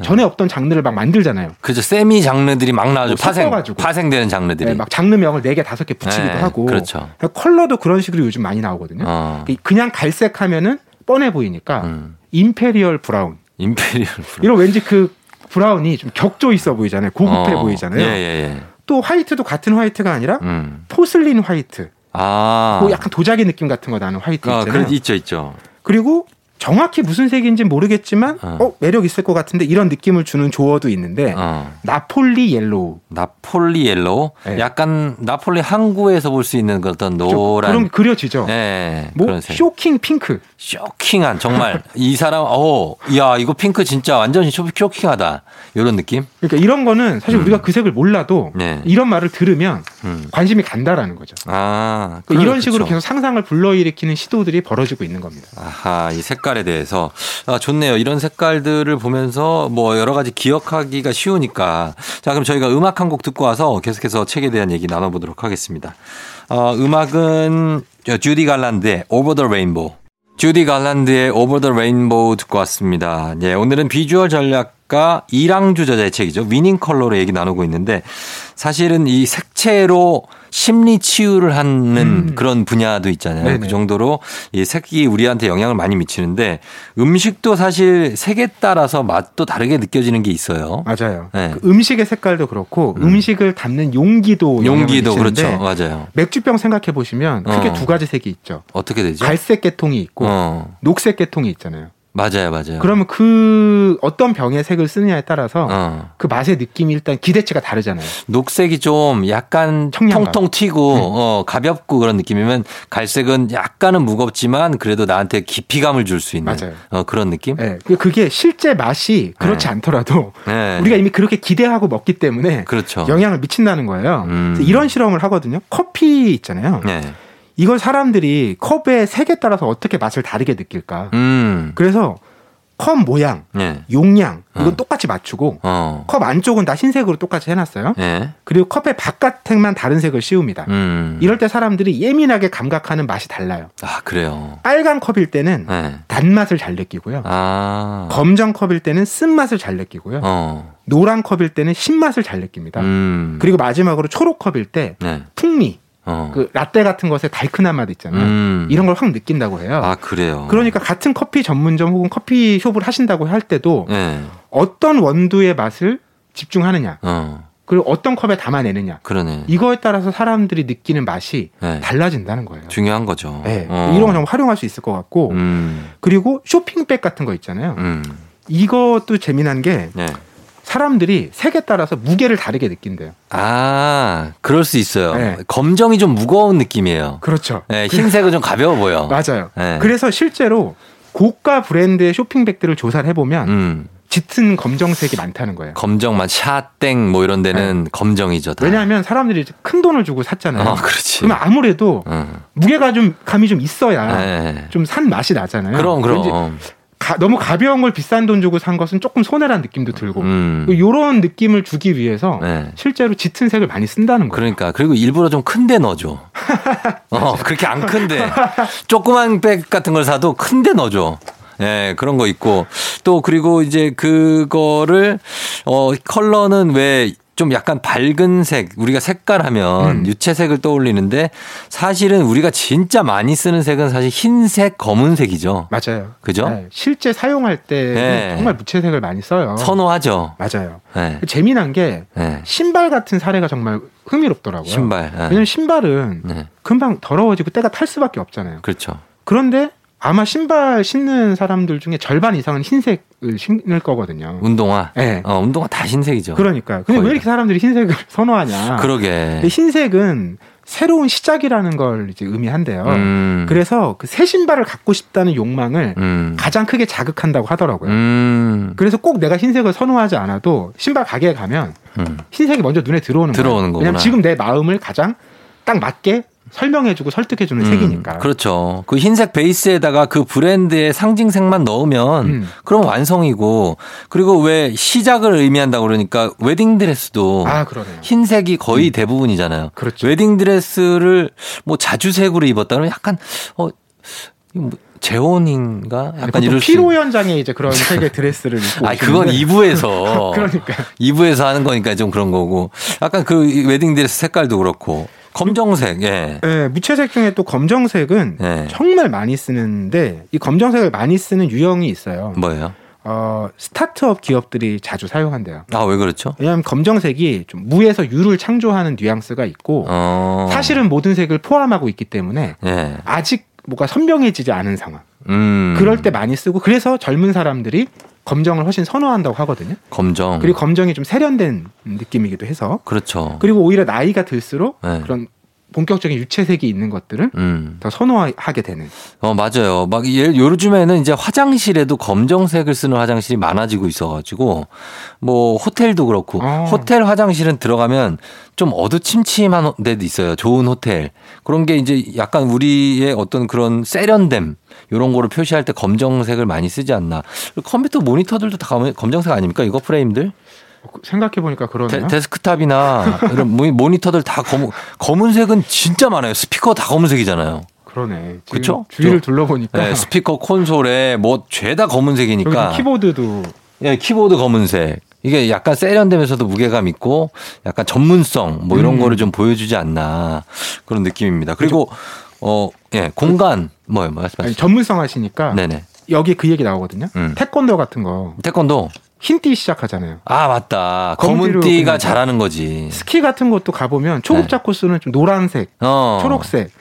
[SPEAKER 3] 전에 없던 장르를 막 만들잖아요.
[SPEAKER 1] 그죠. 세미 장르들이 막 나와죠.
[SPEAKER 3] 뭐
[SPEAKER 1] 파생.
[SPEAKER 3] 섞어가지고.
[SPEAKER 1] 파생되는 장르들이.
[SPEAKER 3] 네, 막 장르명을 네 개 다섯 개 붙이기도
[SPEAKER 1] 네,
[SPEAKER 3] 하고
[SPEAKER 1] 그렇죠.
[SPEAKER 3] 그러니까 컬러도 그런 식으로 요즘 많이 나오거든요.
[SPEAKER 1] 어.
[SPEAKER 3] 그냥 갈색 하면은 뻔해 보이니까
[SPEAKER 1] 음.
[SPEAKER 3] 임페리얼 브라운
[SPEAKER 1] 임페리얼 브라.
[SPEAKER 3] 이런 왠지 그 브라운이 좀 격조 있어 보이잖아요. 고급해
[SPEAKER 1] 어.
[SPEAKER 3] 보이잖아요.
[SPEAKER 1] 예, 예, 예.
[SPEAKER 3] 또 화이트도 같은 화이트가 아니라
[SPEAKER 1] 음.
[SPEAKER 3] 포슬린 화이트,
[SPEAKER 1] 아.
[SPEAKER 3] 뭐 약간 도자기 느낌 같은 거 나는 화이트
[SPEAKER 1] 아,
[SPEAKER 3] 있잖아요.
[SPEAKER 1] 그래, 있죠, 있죠.
[SPEAKER 3] 그리고 정확히 무슨 색인지 는 모르겠지만
[SPEAKER 1] 어.
[SPEAKER 3] 어. 매력 있을 것 같은데 이런 느낌을 주는 조어도 있는데
[SPEAKER 1] 어.
[SPEAKER 3] 나폴리 옐로우
[SPEAKER 1] 나폴리 옐로우
[SPEAKER 3] 네.
[SPEAKER 1] 약간 나폴리 항구에서 볼 수 있는 그 어떤
[SPEAKER 3] 좀
[SPEAKER 1] 노란
[SPEAKER 3] 그런 게 그려지죠.
[SPEAKER 1] 예,
[SPEAKER 3] 뭐
[SPEAKER 1] 그런 색.
[SPEAKER 3] 쇼킹 핑크
[SPEAKER 1] 쇼킹한 정말 이 사람 어야 이거 핑크 진짜 완전히 쇼- 쇼킹하다 이런 느낌
[SPEAKER 3] 그러니까 이런 거는 사실
[SPEAKER 1] 음.
[SPEAKER 3] 우리가 그 색을 몰라도
[SPEAKER 1] 네.
[SPEAKER 3] 이런 말을 들으면
[SPEAKER 1] 음.
[SPEAKER 3] 관심이 간다라는 거죠.
[SPEAKER 1] 아
[SPEAKER 3] 그러니까 이런
[SPEAKER 1] 그래요,
[SPEAKER 3] 식으로
[SPEAKER 1] 그쵸.
[SPEAKER 3] 계속 상상을 불러일으키는 시도들이 벌어지고 있는 겁니다.
[SPEAKER 1] 아하 이 색깔에 대해서 아 좋네요 이런 색깔들을 보면서 뭐 여러 가지 기억하기가 쉬우니까 자 그럼 저희가 음악 한 곡 듣고 와서 계속해서 책에 대한 얘기 나눠보도록 하겠습니다 어, 음악은 주디 갈란드의 Over the Rainbow 주디 갈란드의 Over the Rainbow 듣고 왔습니다. 예, 오늘은 비주얼 전략가 이랑주 저자의 책이죠. 위닝 컬러로 얘기 나누고 있는데 사실은 이 색채로 심리 치유를 하는
[SPEAKER 3] 음.
[SPEAKER 1] 그런 분야도 있잖아요.
[SPEAKER 3] 네네.
[SPEAKER 1] 그 정도로 이 색이 우리한테 영향을 많이 미치는데 음식도 사실 색에 따라서 맛도 다르게 느껴지는 게 있어요.
[SPEAKER 3] 맞아요.
[SPEAKER 1] 네.
[SPEAKER 3] 그 음식의 색깔도 그렇고
[SPEAKER 1] 음.
[SPEAKER 3] 음. 식을 담는 용기도 영향을
[SPEAKER 1] 용기도
[SPEAKER 3] 미치는데
[SPEAKER 1] 그렇죠. 맞아요.
[SPEAKER 3] 맥주병 생각해 보시면 크게
[SPEAKER 1] 어.
[SPEAKER 3] 두 가지 색이 있죠.
[SPEAKER 1] 어떻게 되죠?
[SPEAKER 3] 갈색 계통이 있고
[SPEAKER 1] 어,
[SPEAKER 3] 녹색 계통이 있잖아요.
[SPEAKER 1] 맞아요, 맞아요.
[SPEAKER 3] 그러면 그 어떤 병의 색을 쓰느냐에 따라서
[SPEAKER 1] 어.
[SPEAKER 3] 그 맛의 느낌이 일단 기대치가 다르잖아요.
[SPEAKER 1] 녹색이 좀 약간
[SPEAKER 3] 청량감.
[SPEAKER 1] 통통
[SPEAKER 3] 네.
[SPEAKER 1] 튀고 어, 가볍고 그런 느낌이면 갈색은 약간은 무겁지만 그래도 나한테 깊이감을 줄 수 있는
[SPEAKER 3] 맞아요.
[SPEAKER 1] 어, 그런 느낌.
[SPEAKER 3] 예. 그- 그게 실제 맛이 그렇지
[SPEAKER 1] 네.
[SPEAKER 3] 않더라도
[SPEAKER 1] 네.
[SPEAKER 3] 우리가 이미 그렇게 기대하고 먹기 때문에
[SPEAKER 1] 그렇죠.
[SPEAKER 3] 영향을 미친다는 거예요.
[SPEAKER 1] 음.
[SPEAKER 3] 그래서 이런 실험을 하거든요. 커피 있잖아요.
[SPEAKER 1] 네.
[SPEAKER 3] 이걸 사람들이 컵의 색에 따라서 어떻게 맛을 다르게 느낄까.
[SPEAKER 1] 음.
[SPEAKER 3] 그래서 컵 모양,
[SPEAKER 1] 예.
[SPEAKER 3] 용량 이건
[SPEAKER 1] 어.
[SPEAKER 3] 똑같이 맞추고
[SPEAKER 1] 어.
[SPEAKER 3] 컵 안쪽은 다 흰색으로 똑같이 해놨어요.
[SPEAKER 1] 예.
[SPEAKER 3] 그리고 컵의 바깥색만 다른 색을 씌웁니다.
[SPEAKER 1] 음.
[SPEAKER 3] 이럴 때 사람들이 예민하게 감각하는 맛이 달라요.
[SPEAKER 1] 아, 그래요.
[SPEAKER 3] 빨간 컵일 때는
[SPEAKER 1] 예.
[SPEAKER 3] 단맛을 잘 느끼고요.
[SPEAKER 1] 아.
[SPEAKER 3] 검정 컵일 때는 쓴맛을 잘 느끼고요.
[SPEAKER 1] 어.
[SPEAKER 3] 노란 컵일 때는 신맛을 잘 느낍니다.
[SPEAKER 1] 음.
[SPEAKER 3] 그러니까 그리고 마지막으로 초록 컵일 때
[SPEAKER 1] 네.
[SPEAKER 3] 풍미,
[SPEAKER 1] 어.
[SPEAKER 3] 그 라떼 같은 것의 달큰한 맛 있잖아요.
[SPEAKER 1] 음.
[SPEAKER 3] 이런 걸 확 느낀다고 해요.
[SPEAKER 1] 아, 그래요.
[SPEAKER 3] 그러니까 같은 커피 전문점 혹은 커피 숍을 하신다고 할 때도
[SPEAKER 1] 예.
[SPEAKER 3] 어떤 원두의 맛을 집중하느냐,
[SPEAKER 1] 어.
[SPEAKER 3] 그리고 어떤 컵에 담아내느냐,
[SPEAKER 1] 그러네.
[SPEAKER 3] 이거에 따라서 사람들이 느끼는 맛이
[SPEAKER 1] 예.
[SPEAKER 3] 달라진다는 거예요.
[SPEAKER 1] 중요한 거죠.
[SPEAKER 3] 네.
[SPEAKER 1] 어.
[SPEAKER 3] 이런 거 정말 활용할 수 있을 것 같고,
[SPEAKER 1] 음.
[SPEAKER 3] 그리고 쇼핑백 같은 거 있잖아요.
[SPEAKER 1] 음.
[SPEAKER 3] 이것도 재미난 게
[SPEAKER 1] 예.
[SPEAKER 3] 사람들이 색에 따라서 무게를 다르게 느낀대요.
[SPEAKER 1] 아, 그럴 수 있어요.
[SPEAKER 3] 네.
[SPEAKER 1] 검정이 좀 무거운 느낌이에요.
[SPEAKER 3] 그렇죠.
[SPEAKER 1] 예, 흰색은 좀 가벼워 보여.
[SPEAKER 3] 맞아요.
[SPEAKER 1] 네.
[SPEAKER 3] 그래서 실제로 고가 브랜드의 쇼핑백들을 조사를 해보면
[SPEAKER 1] 음. 아.
[SPEAKER 3] 짙은 검정색이 많다는 거예요.
[SPEAKER 1] 검정만 샤땡 뭐 이런 데는 검정이죠. 다.
[SPEAKER 3] 네. 왜냐하면 사람들이 이제 큰 돈을 주고 샀잖아요.
[SPEAKER 1] 어, 그렇지.
[SPEAKER 3] 그러면 아무래도
[SPEAKER 1] 응.
[SPEAKER 3] 무게가 좀 감이 좀 있어야
[SPEAKER 1] 예.
[SPEAKER 3] 좀 산 맛이 나잖아요.
[SPEAKER 1] 그럼
[SPEAKER 3] 왠지
[SPEAKER 1] 그럼.
[SPEAKER 3] 가- 너무 가벼운 걸 비싼 돈 주고 산 것은 조금 손해란 느낌도 들고
[SPEAKER 1] 음.
[SPEAKER 3] 이런 느낌을 주기 위해서
[SPEAKER 1] 네.
[SPEAKER 3] 실제로 짙은 색을 많이 쓴다는 거예요.
[SPEAKER 1] 그러니까 그리고 일부러 좀 큰 데 넣어줘. 어 그렇게 안 큰데 조그만 백 같은 걸 사도 큰 데 넣어줘. 예 그런 거 있고 또 그리고 이제 그거를 어 컬러는 왜 좀 약간 밝은 색 우리가 색깔하면
[SPEAKER 3] 음.
[SPEAKER 1] 유채색을 떠올리는데 사실은 우리가 진짜 많이 쓰는 색은 사실 흰색 검은색이죠
[SPEAKER 3] 맞아요.
[SPEAKER 1] 그죠?
[SPEAKER 3] 네, 실제 사용할 때
[SPEAKER 1] 네.
[SPEAKER 3] 정말 무채색을 많이 써요.
[SPEAKER 1] 선호하죠
[SPEAKER 3] 맞아요.
[SPEAKER 1] 예,
[SPEAKER 3] 재미난 게
[SPEAKER 1] 예.
[SPEAKER 3] 신발 같은 사례가 정말 흥미롭더라고요.
[SPEAKER 1] 신발 예.
[SPEAKER 3] 왜냐면 신발은
[SPEAKER 1] 네.
[SPEAKER 3] 금방 더러워지고 때가 탈 수밖에 없잖아요.
[SPEAKER 1] 그렇죠
[SPEAKER 3] 그런데 아마 신발 신는 사람들 중에 절반 이상은 흰색을 신을 거거든요.
[SPEAKER 1] 운동화
[SPEAKER 3] 예.
[SPEAKER 1] 어 운동화 다 흰색이죠
[SPEAKER 3] 그러니까. 근데
[SPEAKER 1] 거의 네.
[SPEAKER 3] 왜 이렇게 사람들이 흰색을 선호하냐?
[SPEAKER 1] 그러게
[SPEAKER 3] 근데 흰색은 새로운 시작이라는 걸 이제 의미한대요.
[SPEAKER 1] 음.
[SPEAKER 3] 어. 그래서 그 새 신발을 갖고 싶다는 욕망을
[SPEAKER 1] 음.
[SPEAKER 3] 가장 크게 자극한다고 하더라고요.
[SPEAKER 1] 음.
[SPEAKER 3] 그래서 꼭 내가 흰색을 선호하지 않아도 신발 가게에 가면
[SPEAKER 1] 음.
[SPEAKER 3] 흰색이 먼저 눈에 들어오는 거예요.
[SPEAKER 1] 들어오는 거구나.
[SPEAKER 3] 왜냐면 지금 내 마음을 가장 딱 맞게 설명해주고 설득해주는 색이니까.
[SPEAKER 1] 음, 그렇죠. 그 흰색 베이스에다가 그 브랜드의 상징색만 넣으면
[SPEAKER 3] 음.
[SPEAKER 1] 그럼 완성이고 그리고 왜 시작을 의미한다고 그러니까 웨딩드레스도
[SPEAKER 3] 아 그러네요.
[SPEAKER 1] 흰색이 거의 대부분이잖아요.
[SPEAKER 3] 그렇죠.
[SPEAKER 1] 웨딩드레스를 뭐 자주색으로 입었다면 약간 어 이거 뭐 재혼인가 약간
[SPEAKER 3] 보통
[SPEAKER 1] 이럴 수
[SPEAKER 3] 피로 현장에 이제 그런 색의 드레스를 입고.
[SPEAKER 1] 아 그건
[SPEAKER 3] 오시는데.
[SPEAKER 1] 2부에서
[SPEAKER 3] 그러니까.
[SPEAKER 1] 2부에서 하는 거니까 좀 그런 거고 약간 그 웨딩드레스 색깔도 그렇고 검정색 예.
[SPEAKER 3] 예, 무채색 중에 또 검정색은
[SPEAKER 1] 예.
[SPEAKER 3] 정말 많이 쓰는데 이 검정색을 많이 쓰는 유형이 있어요.
[SPEAKER 1] 뭐예요?
[SPEAKER 3] 어, 스타트업 기업들이 자주 사용한대요.
[SPEAKER 1] 아 왜 그렇죠?
[SPEAKER 3] 왜냐하면 검정색이 좀 무에서 유를 창조하는 뉘앙스가 있고
[SPEAKER 1] 어.
[SPEAKER 3] 사실은 모든 색을 포함하고 있기 때문에
[SPEAKER 1] 예.
[SPEAKER 3] 아직 뭐가 선명해지지 않은 상황.
[SPEAKER 1] 음.
[SPEAKER 3] 그럴 때 많이 쓰고 그래서 젊은 사람들이 검정을 훨씬 선호한다고 하거든요.
[SPEAKER 1] 음. 검정.
[SPEAKER 3] 그리고 검정이 좀 세련된 느낌이기도 해서
[SPEAKER 1] 그렇죠.
[SPEAKER 3] 그리고 오히려 나이가 들수록
[SPEAKER 1] 네.
[SPEAKER 3] 그런 본격적인 유채색이 있는 것들을
[SPEAKER 1] 음.
[SPEAKER 3] 더 선호하게 되는.
[SPEAKER 1] 어, 맞아요. 막 예- 요즘에는 이제 화장실에도 검정색을 쓰는 화장실이 많아지고 있어 가지고 뭐 호텔도 그렇고
[SPEAKER 3] 아.
[SPEAKER 1] 호텔 화장실은 들어가면 좀 어두침침한 호- 데도 있어요. 좋은 호텔. 그런 게 이제 약간 우리의 어떤 그런 세련됨 요런 거를 표시할 때 검정색을 많이 쓰지 않나. 컴퓨터 모니터들도 다 검- 검정색 아닙니까? 이거 프레임들?
[SPEAKER 3] 어, 생각해 보니까 그러네요.
[SPEAKER 1] 데, 스크탑이나 이런 모니- 모니터들 다 검, 검은색은 진짜 많아요. 스피커 다 검은색이잖아요.
[SPEAKER 3] 그러네. 지금
[SPEAKER 1] 그쵸?
[SPEAKER 3] 주위를
[SPEAKER 1] 저-
[SPEAKER 3] 둘러보니까
[SPEAKER 1] 네, 그러니까. 스피커 콘솔에 뭐 죄다 검은색이니까
[SPEAKER 3] 여기 키보드도
[SPEAKER 1] 예, 키보드 검은색 이게 약간 세련되면서도 무게감 있고 약간 전문성 뭐 이런
[SPEAKER 3] 음.
[SPEAKER 1] 거를 좀 보여주지 않나 그런 느낌입니다. 그리고 어, 예, 공간 뭐요
[SPEAKER 3] 아니,
[SPEAKER 1] 말씀하시죠?
[SPEAKER 3] 전문성 하시니까
[SPEAKER 1] 네네
[SPEAKER 3] 여기 그 얘기 나오거든요.
[SPEAKER 1] 음.
[SPEAKER 3] 태권도 같은 거
[SPEAKER 1] 태권도
[SPEAKER 3] 흰띠 시작하잖아요.
[SPEAKER 1] 아 맞다
[SPEAKER 3] 검은
[SPEAKER 1] 검은
[SPEAKER 3] 띠로
[SPEAKER 1] 띠가
[SPEAKER 3] 그냥-
[SPEAKER 1] 잘하는 거지.
[SPEAKER 3] 스키 같은 것도 가보면 초급자 코스는 좀 노란색,
[SPEAKER 1] 네. 어
[SPEAKER 3] 초록색.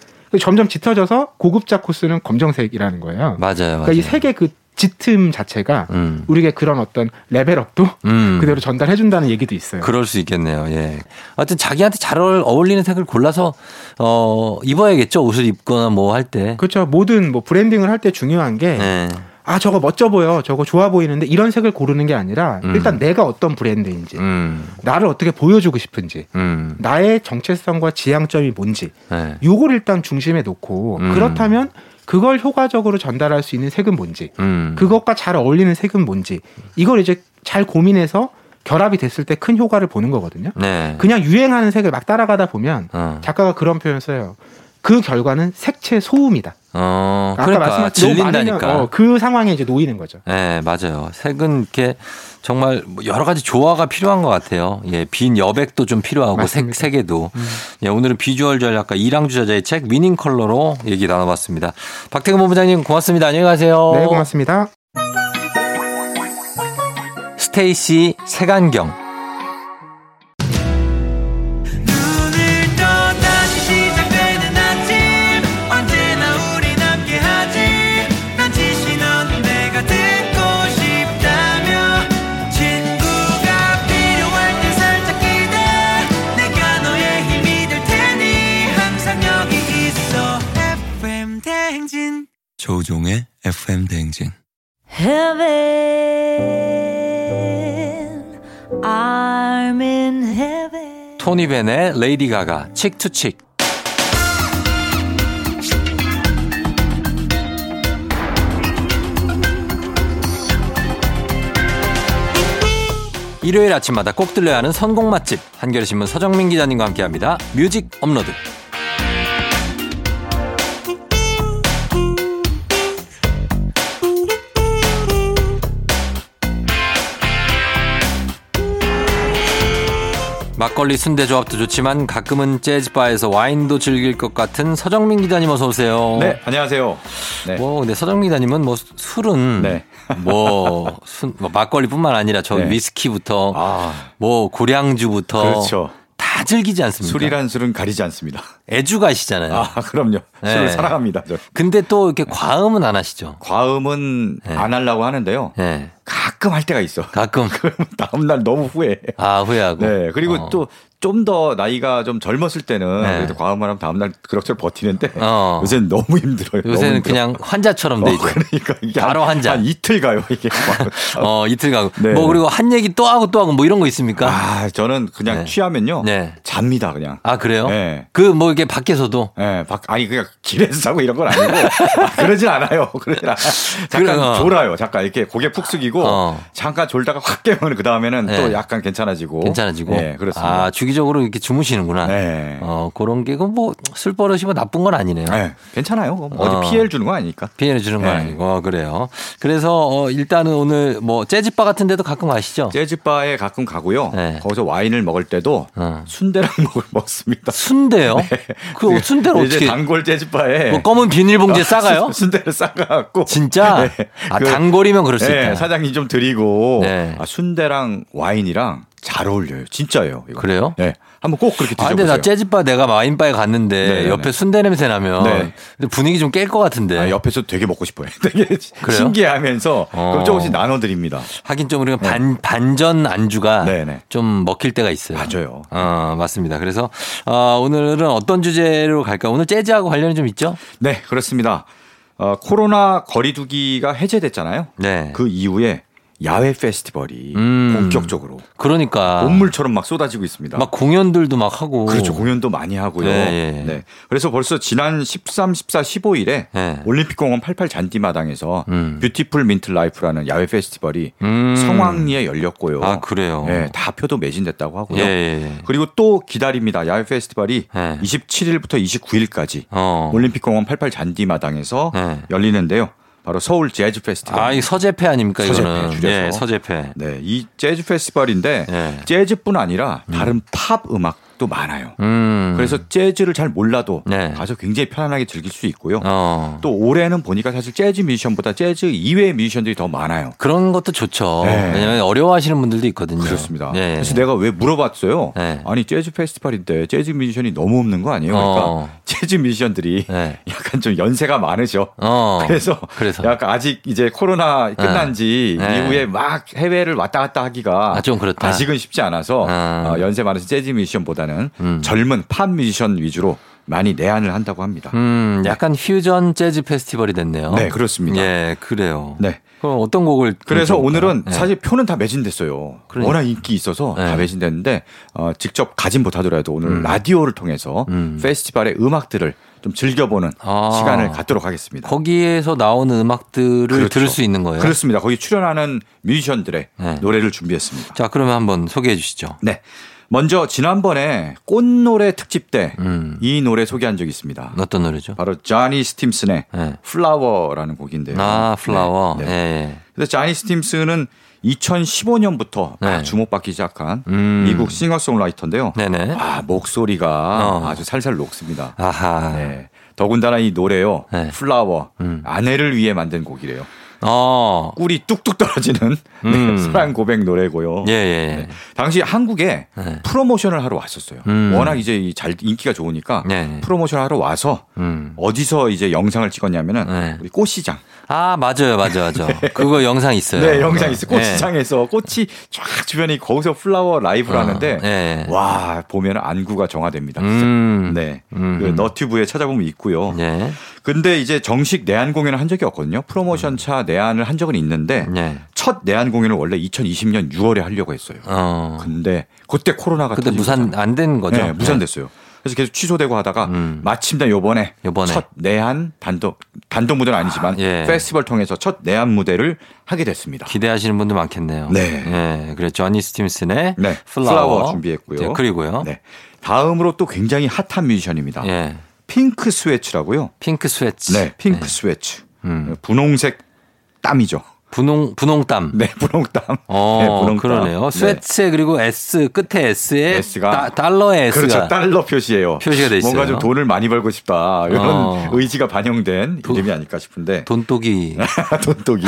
[SPEAKER 3] 점점 짙어져서 고급자 코스는 검정색이라는 거예요.
[SPEAKER 1] 맞아요.
[SPEAKER 3] 그러니까
[SPEAKER 1] 맞아요.
[SPEAKER 3] 이 색의 그 짙음 자체가
[SPEAKER 1] 음.
[SPEAKER 3] 우리에게 그런 어떤 레벨업도
[SPEAKER 1] 음.
[SPEAKER 3] 뭐 그대로 전달해 준다는 얘기도 있어요.
[SPEAKER 1] 그럴 수 있겠네요. 예. 하여튼 자기한테 잘 어울- 어울리는 색을 골라서 어 입어야겠죠. 옷을 입거나 뭐 할 때.
[SPEAKER 3] 그렇죠. 모든 뭐 브랜딩을 할 때 중요한 게
[SPEAKER 1] 예.
[SPEAKER 3] 아 저거 멋져 보여 저거 좋아 보이는데 이런 색을 고르는 게 아니라
[SPEAKER 1] 음.
[SPEAKER 3] 일단 내가 어떤 브랜드인지
[SPEAKER 1] 음.
[SPEAKER 3] 나를 어떻게 보여주고 싶은지
[SPEAKER 1] 음.
[SPEAKER 3] 나의 정체성과 지향점이 뭔지
[SPEAKER 1] 네.
[SPEAKER 3] 요걸 일단 중심에 놓고
[SPEAKER 1] 음.
[SPEAKER 3] 그렇다면 그걸 효과적으로 전달할 수 있는 색은 뭔지
[SPEAKER 1] 음.
[SPEAKER 3] 그것과 잘 어울리는 색은 뭔지 이걸 이제 잘 고민해서 결합이 됐을 때 큰 효과를 보는 거거든요
[SPEAKER 1] 네.
[SPEAKER 3] 그냥 유행하는 색을 막 따라가다 보면
[SPEAKER 1] 어.
[SPEAKER 3] 작가가 그런 표현 을 써요 그 결과는 색채 소음이다
[SPEAKER 1] 어,
[SPEAKER 3] 아까
[SPEAKER 1] 그러니까
[SPEAKER 3] 말씀하신 너무 많으면,
[SPEAKER 1] 질린다니까.
[SPEAKER 3] 어, 그 상황에 이제 놓이는 거죠
[SPEAKER 1] 네, 맞아요. 색은 이렇게 정말 뭐 여러 가지 조화가 필요한 것 같아요. 예, 빈 여백도 좀 필요하고
[SPEAKER 3] 맞습니다. 음.
[SPEAKER 1] 색 색에도. 예, 오늘은 비주얼 전략가 이랑주 저자의 책 미닝 컬러로 얘기 나눠봤습니다. 박태근 본부장님 고맙습니다. 안녕히 가세요.
[SPEAKER 3] 네 고맙습니다
[SPEAKER 1] 스테이시 색안경.
[SPEAKER 4] 오늘 또 다시 시작되는 아침 언제나 우린 함께하지 난 지시 넌 내가 듣고 싶다며 친구가 필요할 때 살짝 기대 내가 너의 힘이 될 테니 항상 여기 있어 FM 대행진 조종의 FM 대행진
[SPEAKER 5] heaven. I'm in heaven.
[SPEAKER 1] 토니 벤의 레이디 가가 칙투칙. 일요일 아침마다 꼭 들려야 하는 선곡 맛집 한겨레신문 서정민 기자님과 함께합니다. 뮤직 업로드. 막걸리 순대 조합도 좋지만 가끔은 재즈바에서 와인도 즐길 것 같은 서정민 기자님 어서 오세요.
[SPEAKER 6] 네, 안녕하세요. 네.
[SPEAKER 1] 뭐 근데 서정민 기자님은 뭐 술은
[SPEAKER 6] 네.
[SPEAKER 1] 뭐, 순, 뭐 막걸리뿐만 아니라 저
[SPEAKER 6] 네.
[SPEAKER 1] 위스키부터
[SPEAKER 6] 아,
[SPEAKER 1] 뭐 고량주부터
[SPEAKER 6] 그렇죠.
[SPEAKER 1] 다 즐기지 않습니까?
[SPEAKER 6] 술이란 술은 가리지 않습니다.
[SPEAKER 1] 애주가시잖아요.
[SPEAKER 6] 아, 그럼요.
[SPEAKER 1] 네.
[SPEAKER 6] 술을 사랑합니다. 저.
[SPEAKER 1] 근데 또 이렇게 과음은 안 하시죠?
[SPEAKER 6] 과음은 안 하려고 하는데요.
[SPEAKER 1] 예.
[SPEAKER 6] 가끔 할 때가 있어.
[SPEAKER 1] 네. 가끔
[SPEAKER 6] 그러면 다음날 너무 후회해.
[SPEAKER 1] 아 후회하고.
[SPEAKER 6] 네. 그리고
[SPEAKER 1] 어.
[SPEAKER 6] 또 좀 더 나이가 좀 젊었을 때는
[SPEAKER 1] 네.
[SPEAKER 6] 그래도 과음을 하면 다음날 그럭저럭 버티는데
[SPEAKER 1] 어.
[SPEAKER 6] 요새는 너무 힘들어요.
[SPEAKER 1] 요새는
[SPEAKER 6] 너무 힘들어.
[SPEAKER 1] 그냥 환자처럼
[SPEAKER 6] 어,
[SPEAKER 1] 돼 있죠.
[SPEAKER 6] 그러니까 이게 한-
[SPEAKER 1] 바로 한 잔.
[SPEAKER 6] 한 이틀 가요, 이게.
[SPEAKER 1] 어 이틀 가고
[SPEAKER 6] 네.
[SPEAKER 1] 뭐 그리고 한 얘기 또 하고 또 하고 뭐 이런 거 있습니까?
[SPEAKER 6] 아, 저는 그냥
[SPEAKER 1] 네.
[SPEAKER 6] 취하면요.
[SPEAKER 1] 네.
[SPEAKER 6] 잡니다, 그냥.
[SPEAKER 1] 아 그래요?
[SPEAKER 6] 네.
[SPEAKER 1] 그 뭐 이렇게 밖에서도
[SPEAKER 6] 예, 밖 아니 그냥 길에서 자고 이런 건 아니고 아, 그러진 않아요. 그러진 않아. 잠깐
[SPEAKER 1] 그래, 어.
[SPEAKER 6] 졸아요. 잠깐 이렇게 고개 푹 숙이고
[SPEAKER 1] 어.
[SPEAKER 6] 잠깐 졸다가 확 깨면 그 다음에는
[SPEAKER 1] 예.
[SPEAKER 6] 또 약간 괜찮아지고
[SPEAKER 1] 괜찮아지고.
[SPEAKER 6] 예, 그렇습니다.
[SPEAKER 1] 아 주기적으로 이렇게 주무시는구나.
[SPEAKER 6] 네.
[SPEAKER 1] 어 그런 게 그 뭐 술 버릇이 뭐 나쁜 건 아니네요.
[SPEAKER 6] 예, 괜찮아요. 뭐 어디
[SPEAKER 1] 어.
[SPEAKER 6] 피해를 주는 거 아니니까.
[SPEAKER 1] 피해를 주는 건
[SPEAKER 6] 네.
[SPEAKER 1] 아니고 어, 그래요. 그래서 어, 일단은 오늘 뭐 재즈바 같은 데도 가끔 가시죠.
[SPEAKER 6] 재즈바에 가끔 가고요.
[SPEAKER 1] 네.
[SPEAKER 6] 거기서 와인을 먹을 때도
[SPEAKER 1] 어.
[SPEAKER 6] 순대랑 먹을 먹습니다.
[SPEAKER 1] 순대요? 그 순대를
[SPEAKER 6] 네. 이제
[SPEAKER 1] 어떻게
[SPEAKER 6] 단골 재즈바에 어,
[SPEAKER 1] 뭐 검은 비닐봉지에 싸가요?
[SPEAKER 6] 순대를 싸가갖고
[SPEAKER 1] 진짜?
[SPEAKER 6] 네.
[SPEAKER 1] 아
[SPEAKER 6] 그-
[SPEAKER 1] 단골이면 그럴 수
[SPEAKER 6] 네,
[SPEAKER 1] 있다.
[SPEAKER 6] 사장님 좀 드리고
[SPEAKER 1] 네.
[SPEAKER 6] 아, 순대랑 와인이랑 잘 어울려요. 진짜예요. 이거.
[SPEAKER 1] 그래요?
[SPEAKER 6] 네, 한번 꼭 그렇게
[SPEAKER 1] 아,
[SPEAKER 6] 드셔보세요.
[SPEAKER 1] 근데 나 재즈바 내가 와인바에 갔는데
[SPEAKER 6] 네, 네,
[SPEAKER 1] 옆에
[SPEAKER 6] 네.
[SPEAKER 1] 순대 냄새 나면
[SPEAKER 6] 네.
[SPEAKER 1] 근데 분위기 좀 깰 것 같은데.
[SPEAKER 6] 아, 옆에서 되게 먹고 싶어요. 되게
[SPEAKER 1] 네. 그래요?
[SPEAKER 6] 신기해하면서
[SPEAKER 1] 어.
[SPEAKER 6] 그럼 조금씩 나눠드립니다.
[SPEAKER 1] 하긴 좀 우리가 반, 반전 안주가
[SPEAKER 6] 네, 네.
[SPEAKER 1] 좀 먹힐 때가 있어요.
[SPEAKER 6] 맞아요.
[SPEAKER 1] 어, 맞습니다. 그래서 어, 오늘은 어떤 주제로 갈까? 오늘 재즈하고 관련이 좀 있죠?
[SPEAKER 6] 네, 그렇습니다. 어, 코로나 거리두기가 해제됐잖아요.
[SPEAKER 1] 네.
[SPEAKER 6] 그 이후에 야외 페스티벌이
[SPEAKER 1] 음.
[SPEAKER 6] 본격적으로
[SPEAKER 1] 그러니까
[SPEAKER 6] 온물처럼 막 쏟아지고 있습니다.
[SPEAKER 1] 막 공연들도 막 하고
[SPEAKER 6] 그렇죠. 공연도 많이 하고요.
[SPEAKER 1] 예, 예.
[SPEAKER 6] 네. 그래서 벌써 지난 13, 14, 15일에
[SPEAKER 1] 예.
[SPEAKER 6] 올림픽공원 88 잔디마당에서
[SPEAKER 1] 음.
[SPEAKER 6] 뷰티풀 민트 라이프라는 야외 페스티벌이
[SPEAKER 1] 음.
[SPEAKER 6] 성황리에 열렸고요.
[SPEAKER 1] 아, 그래요?
[SPEAKER 6] 예, 다 표도 매진됐다고 하고요.
[SPEAKER 1] 예, 예, 예.
[SPEAKER 6] 그리고 또 기다립니다. 야외 페스티벌이
[SPEAKER 1] 예.
[SPEAKER 6] 27일부터 29일까지
[SPEAKER 1] 어.
[SPEAKER 6] 올림픽공원 88 잔디마당에서
[SPEAKER 1] 예.
[SPEAKER 6] 열리는데요. 바로 서울 재즈 페스티벌.
[SPEAKER 1] 아, 이 서재패 아닙니까
[SPEAKER 6] 서재패,
[SPEAKER 1] 이거는?
[SPEAKER 6] 줄여서.
[SPEAKER 1] 예, 서재패.
[SPEAKER 6] 네, 이 재즈 페스티벌인데
[SPEAKER 1] 예.
[SPEAKER 6] 재즈뿐 아니라 다른 팝 음악도 많아요.
[SPEAKER 1] 음.
[SPEAKER 6] 그래서 재즈를 잘 몰라도
[SPEAKER 1] 네.
[SPEAKER 6] 가서 굉장히 편안하게 즐길 수 있고요.
[SPEAKER 1] 어.
[SPEAKER 6] 또 올해는 보니까 사실 재즈 뮤지션보다 재즈 이외의 뮤지션들이 더 많아요.
[SPEAKER 1] 그런 것도 좋죠.
[SPEAKER 6] 네.
[SPEAKER 1] 왜냐면 어려워하시는 분들도 있거든요.
[SPEAKER 6] 그렇습니다.
[SPEAKER 1] 예.
[SPEAKER 6] 그래서 내가 왜 물어봤어요?
[SPEAKER 1] 네.
[SPEAKER 6] 아니 재즈 페스티벌인데 재즈 뮤지션이 너무 없는 거 아니에요? 그러니까
[SPEAKER 1] 어.
[SPEAKER 6] 재즈 뮤지션들이
[SPEAKER 1] 네.
[SPEAKER 6] 약간 좀 연세가 많으셔.
[SPEAKER 1] 어.
[SPEAKER 6] 그래서,
[SPEAKER 1] 그래서.
[SPEAKER 6] 약간 아직 이제 코로나 끝난 지
[SPEAKER 1] 네.
[SPEAKER 6] 이후에 막 해외를 왔다 갔다 하기가
[SPEAKER 1] 아, 좀 그렇다.
[SPEAKER 6] 직은 쉽지 않아서
[SPEAKER 1] 아. 음.
[SPEAKER 6] 어, 연세 많으신 재즈 뮤지션보다는 보다는 젊은 팝 뮤지션 위주로 많이 내한을 한다고 합니다.
[SPEAKER 1] 음, 약간 퓨전 재즈 페스티벌이 됐네요.
[SPEAKER 6] 네, 그렇습니다.
[SPEAKER 1] 예, 그래요.
[SPEAKER 6] 네.
[SPEAKER 1] 그럼 어떤 곡을
[SPEAKER 6] 그래서
[SPEAKER 1] 들을까요?
[SPEAKER 6] 오늘은
[SPEAKER 1] 예.
[SPEAKER 6] 사실 표는 다 매진됐어요.
[SPEAKER 1] 그러니까.
[SPEAKER 6] 워낙 인기 있어서
[SPEAKER 1] 네.
[SPEAKER 6] 다 매진됐는데 어, 직접 가진 못하더라도 오늘 라디오를 통해서
[SPEAKER 1] 음.
[SPEAKER 6] 페스티벌의 음악들을 좀 즐겨보는
[SPEAKER 1] 아.
[SPEAKER 6] 시간을 갖도록 하겠습니다.
[SPEAKER 1] 거기에서 나오는 음악들을
[SPEAKER 6] 그렇죠.
[SPEAKER 1] 들을 수 있는 거예요.
[SPEAKER 6] 그렇습니다. 거기 출연하는 뮤지션들의
[SPEAKER 1] 네.
[SPEAKER 6] 노래를 준비했습니다.
[SPEAKER 1] 자, 그러면 한번 소개해 주시죠.
[SPEAKER 6] 네. 먼저 지난번에 꽃노래 특집 때 이
[SPEAKER 1] 음.
[SPEAKER 6] 노래 소개한 적이 있습니다.
[SPEAKER 1] 어떤 노래죠?
[SPEAKER 6] 바로 자니 스팀슨의
[SPEAKER 1] 네.
[SPEAKER 6] 플라워라는 곡인데요.
[SPEAKER 1] 아, 플라워.
[SPEAKER 6] 네,
[SPEAKER 1] 예.
[SPEAKER 6] 네.
[SPEAKER 1] 예.
[SPEAKER 6] 그래서 자니 스팀슨은 2015년부터
[SPEAKER 1] 네.
[SPEAKER 6] 주목받기 시작한
[SPEAKER 1] 음.
[SPEAKER 6] 미국 싱어송라이터인데요.
[SPEAKER 1] 예. 네네.
[SPEAKER 6] 아, 목소리가
[SPEAKER 1] 어.
[SPEAKER 6] 아주 살살 녹습니다.
[SPEAKER 1] 아하.
[SPEAKER 6] 네. 더군다나 이 노래요.
[SPEAKER 1] 네.
[SPEAKER 6] 플라워.
[SPEAKER 1] 음.
[SPEAKER 6] 아내를 위해 만든 곡이래요.
[SPEAKER 1] 어.
[SPEAKER 6] 꿀이 뚝뚝 떨어지는 네,
[SPEAKER 1] 음.
[SPEAKER 6] 사랑 고백 노래고요.
[SPEAKER 1] 예, 예. 예.
[SPEAKER 6] 네. 당시 한국에
[SPEAKER 1] 네.
[SPEAKER 6] 프로모션을 하러 왔었어요.
[SPEAKER 1] 음.
[SPEAKER 6] 워낙 이제 이잘 인기가 좋으니까
[SPEAKER 1] 네.
[SPEAKER 6] 프로모션 하러 와서
[SPEAKER 1] 음.
[SPEAKER 6] 어디서 이제 영상을 찍었냐면은
[SPEAKER 1] 네.
[SPEAKER 6] 우리 꽃시장.
[SPEAKER 1] 아, 맞아요. 맞아요. 맞아요. 그거 영상 있어요.
[SPEAKER 6] 네, 영상 있어.
[SPEAKER 1] 예.
[SPEAKER 6] 꽃시장에서 꽃이 쫙 주변이 거기서 플라워 라이브를
[SPEAKER 1] 어,
[SPEAKER 6] 하는데
[SPEAKER 1] 예.
[SPEAKER 6] 와 보면 안구가 정화됩니다. 진짜.
[SPEAKER 1] 음.
[SPEAKER 6] 네,
[SPEAKER 1] 음.
[SPEAKER 6] 그 너튜브에 찾아보면 있고요.
[SPEAKER 1] 예.
[SPEAKER 6] 근데 이제 정식 내한 공연을 한 적이 없거든요.
[SPEAKER 1] 음.
[SPEAKER 6] 프로모션 차 내한을 한 적은 있는데
[SPEAKER 1] 예.
[SPEAKER 6] 첫 내한 공연을 원래 2020년 6월에 하려고 했어요.
[SPEAKER 1] 어.
[SPEAKER 6] 근데 그때 코로나가
[SPEAKER 1] 근데
[SPEAKER 6] 터지고
[SPEAKER 1] 무산 안 된 거죠?
[SPEAKER 6] 네, 무산됐어요. 그래서 계속 취소되고 하다가
[SPEAKER 1] 음.
[SPEAKER 6] 마침내 요번에
[SPEAKER 1] 요번에.
[SPEAKER 6] 첫 내한 단독 단독 무대는 아니지만
[SPEAKER 1] 아, 예.
[SPEAKER 6] 페스티벌 통해서 첫 내한 무대를 하게 됐습니다.
[SPEAKER 1] 기대하시는 분들 많겠네요.
[SPEAKER 6] 네.
[SPEAKER 1] 예. 그래 조니 스팀슨의
[SPEAKER 6] 네,
[SPEAKER 1] 플라워,
[SPEAKER 6] 플라워 준비했고요.
[SPEAKER 1] 네, 그리고요.
[SPEAKER 6] 네. 다음으로 또 굉장히 핫한 뮤지션입니다.
[SPEAKER 1] 예.
[SPEAKER 6] 핑크 스웨츠라고요.
[SPEAKER 1] 핑크 스웨츠.
[SPEAKER 6] 네, 핑크 스웨츠.
[SPEAKER 1] 음.
[SPEAKER 6] 분홍색 땀이죠.
[SPEAKER 1] 분홍 분홍땀.
[SPEAKER 6] 네, 분홍땀.
[SPEAKER 1] 어,
[SPEAKER 6] 네, 분홍땀.
[SPEAKER 1] 그러네요.
[SPEAKER 6] 네.
[SPEAKER 1] 스웨츠에 그리고 S 끝에 S에
[SPEAKER 6] S가.
[SPEAKER 1] 다- 달러에 S가
[SPEAKER 6] 그렇죠. 달러 표시예요.
[SPEAKER 1] 표시가 돼 있어요.
[SPEAKER 6] 뭔가 좀 돈을 많이 벌고 싶다. 이런
[SPEAKER 1] 어.
[SPEAKER 6] 의지가 반영된
[SPEAKER 1] 돈-
[SPEAKER 6] 이름이 아닐까 싶은데.
[SPEAKER 1] 돈독이
[SPEAKER 6] 네. 돈독이.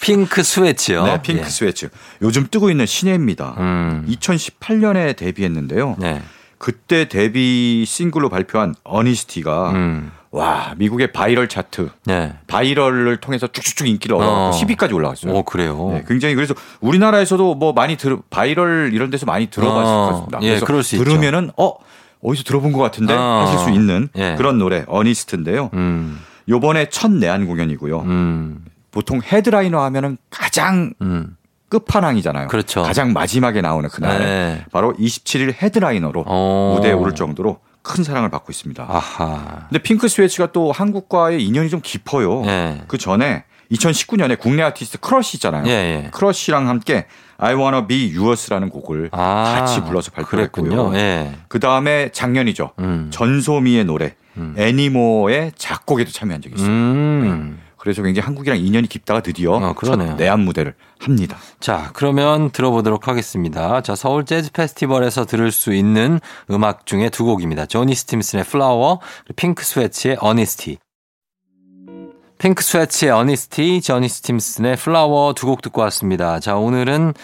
[SPEAKER 1] 핑크 스웨츠요.
[SPEAKER 6] 네, 핑크
[SPEAKER 1] 예.
[SPEAKER 6] 스웨츠. 요즘 뜨고 있는 신예입니다.
[SPEAKER 1] 음.
[SPEAKER 6] 2018년에 데뷔했는데요.
[SPEAKER 1] 네.
[SPEAKER 6] 그때 데뷔 싱글로 발표한 어니스티가
[SPEAKER 1] 음.
[SPEAKER 6] 와 미국의 바이럴 차트
[SPEAKER 1] 네.
[SPEAKER 6] 바이럴을 통해서 쭉쭉쭉 인기를 얻어
[SPEAKER 1] 어.
[SPEAKER 6] 10위까지 올라갔어요.
[SPEAKER 1] 오, 그래요.
[SPEAKER 6] 네, 굉장히 그래서 우리나라에서도 뭐 많이 들 바이럴 이런 데서 많이 들어봤을
[SPEAKER 1] 어,
[SPEAKER 6] 것 같습니다.
[SPEAKER 1] 예,
[SPEAKER 6] 그래서
[SPEAKER 1] 그럴 수 있죠.
[SPEAKER 6] 들으면은 어 어디서 들어본 것 같은데
[SPEAKER 1] 어.
[SPEAKER 6] 하실 수 있는
[SPEAKER 1] 예.
[SPEAKER 6] 그런 노래 어니스트인데요.
[SPEAKER 1] 음.
[SPEAKER 6] 요번에 첫 내한 공연이고요.
[SPEAKER 1] 음.
[SPEAKER 6] 보통 헤드라이너 하면은 가장
[SPEAKER 1] 음.
[SPEAKER 6] 끝판왕이잖아요.
[SPEAKER 1] 그렇죠.
[SPEAKER 6] 가장 마지막에 나오는 그날
[SPEAKER 1] 네.
[SPEAKER 6] 바로 27일 헤드라이너로
[SPEAKER 1] 어.
[SPEAKER 6] 무대에 오를 정도로 큰 사랑을 받고 있습니다.
[SPEAKER 1] 아하.
[SPEAKER 6] 근데 핑크 스웨치가 또 한국과의 인연이 좀 깊어요.
[SPEAKER 1] 예.
[SPEAKER 6] 그 전에 2019년에 국내 아티스트 크러쉬 있잖아요.
[SPEAKER 1] 예, 예.
[SPEAKER 6] 크러쉬랑 함께 I Wanna Be Yours라는 곡을
[SPEAKER 1] 아,
[SPEAKER 6] 같이 불러서 발표했고요.
[SPEAKER 1] 그랬군요. 예.
[SPEAKER 6] 그 다음에 작년이죠.
[SPEAKER 1] 음.
[SPEAKER 6] 전소미의 노래 애니모의 작곡에도 참여한 적이 있어요.
[SPEAKER 1] 음.
[SPEAKER 6] 그래서 굉장히 한국이랑 인연이 깊다가 드디어
[SPEAKER 1] 어, 그러네요.
[SPEAKER 6] 첫 내한 무대를 합니다.
[SPEAKER 1] 자, 그러면 들어보도록 하겠습니다. 자, 서울 재즈 페스티벌에서 들을 수 있는 음악 중에 두 곡입니다. 조니 스팀슨의 플라워, 그리고 핑크 스웨츠의 어니스티. 핑크 스웨츠의 어니스티, 조니 스팀슨의 플라워 두 곡 듣고 왔습니다. 자, 오늘은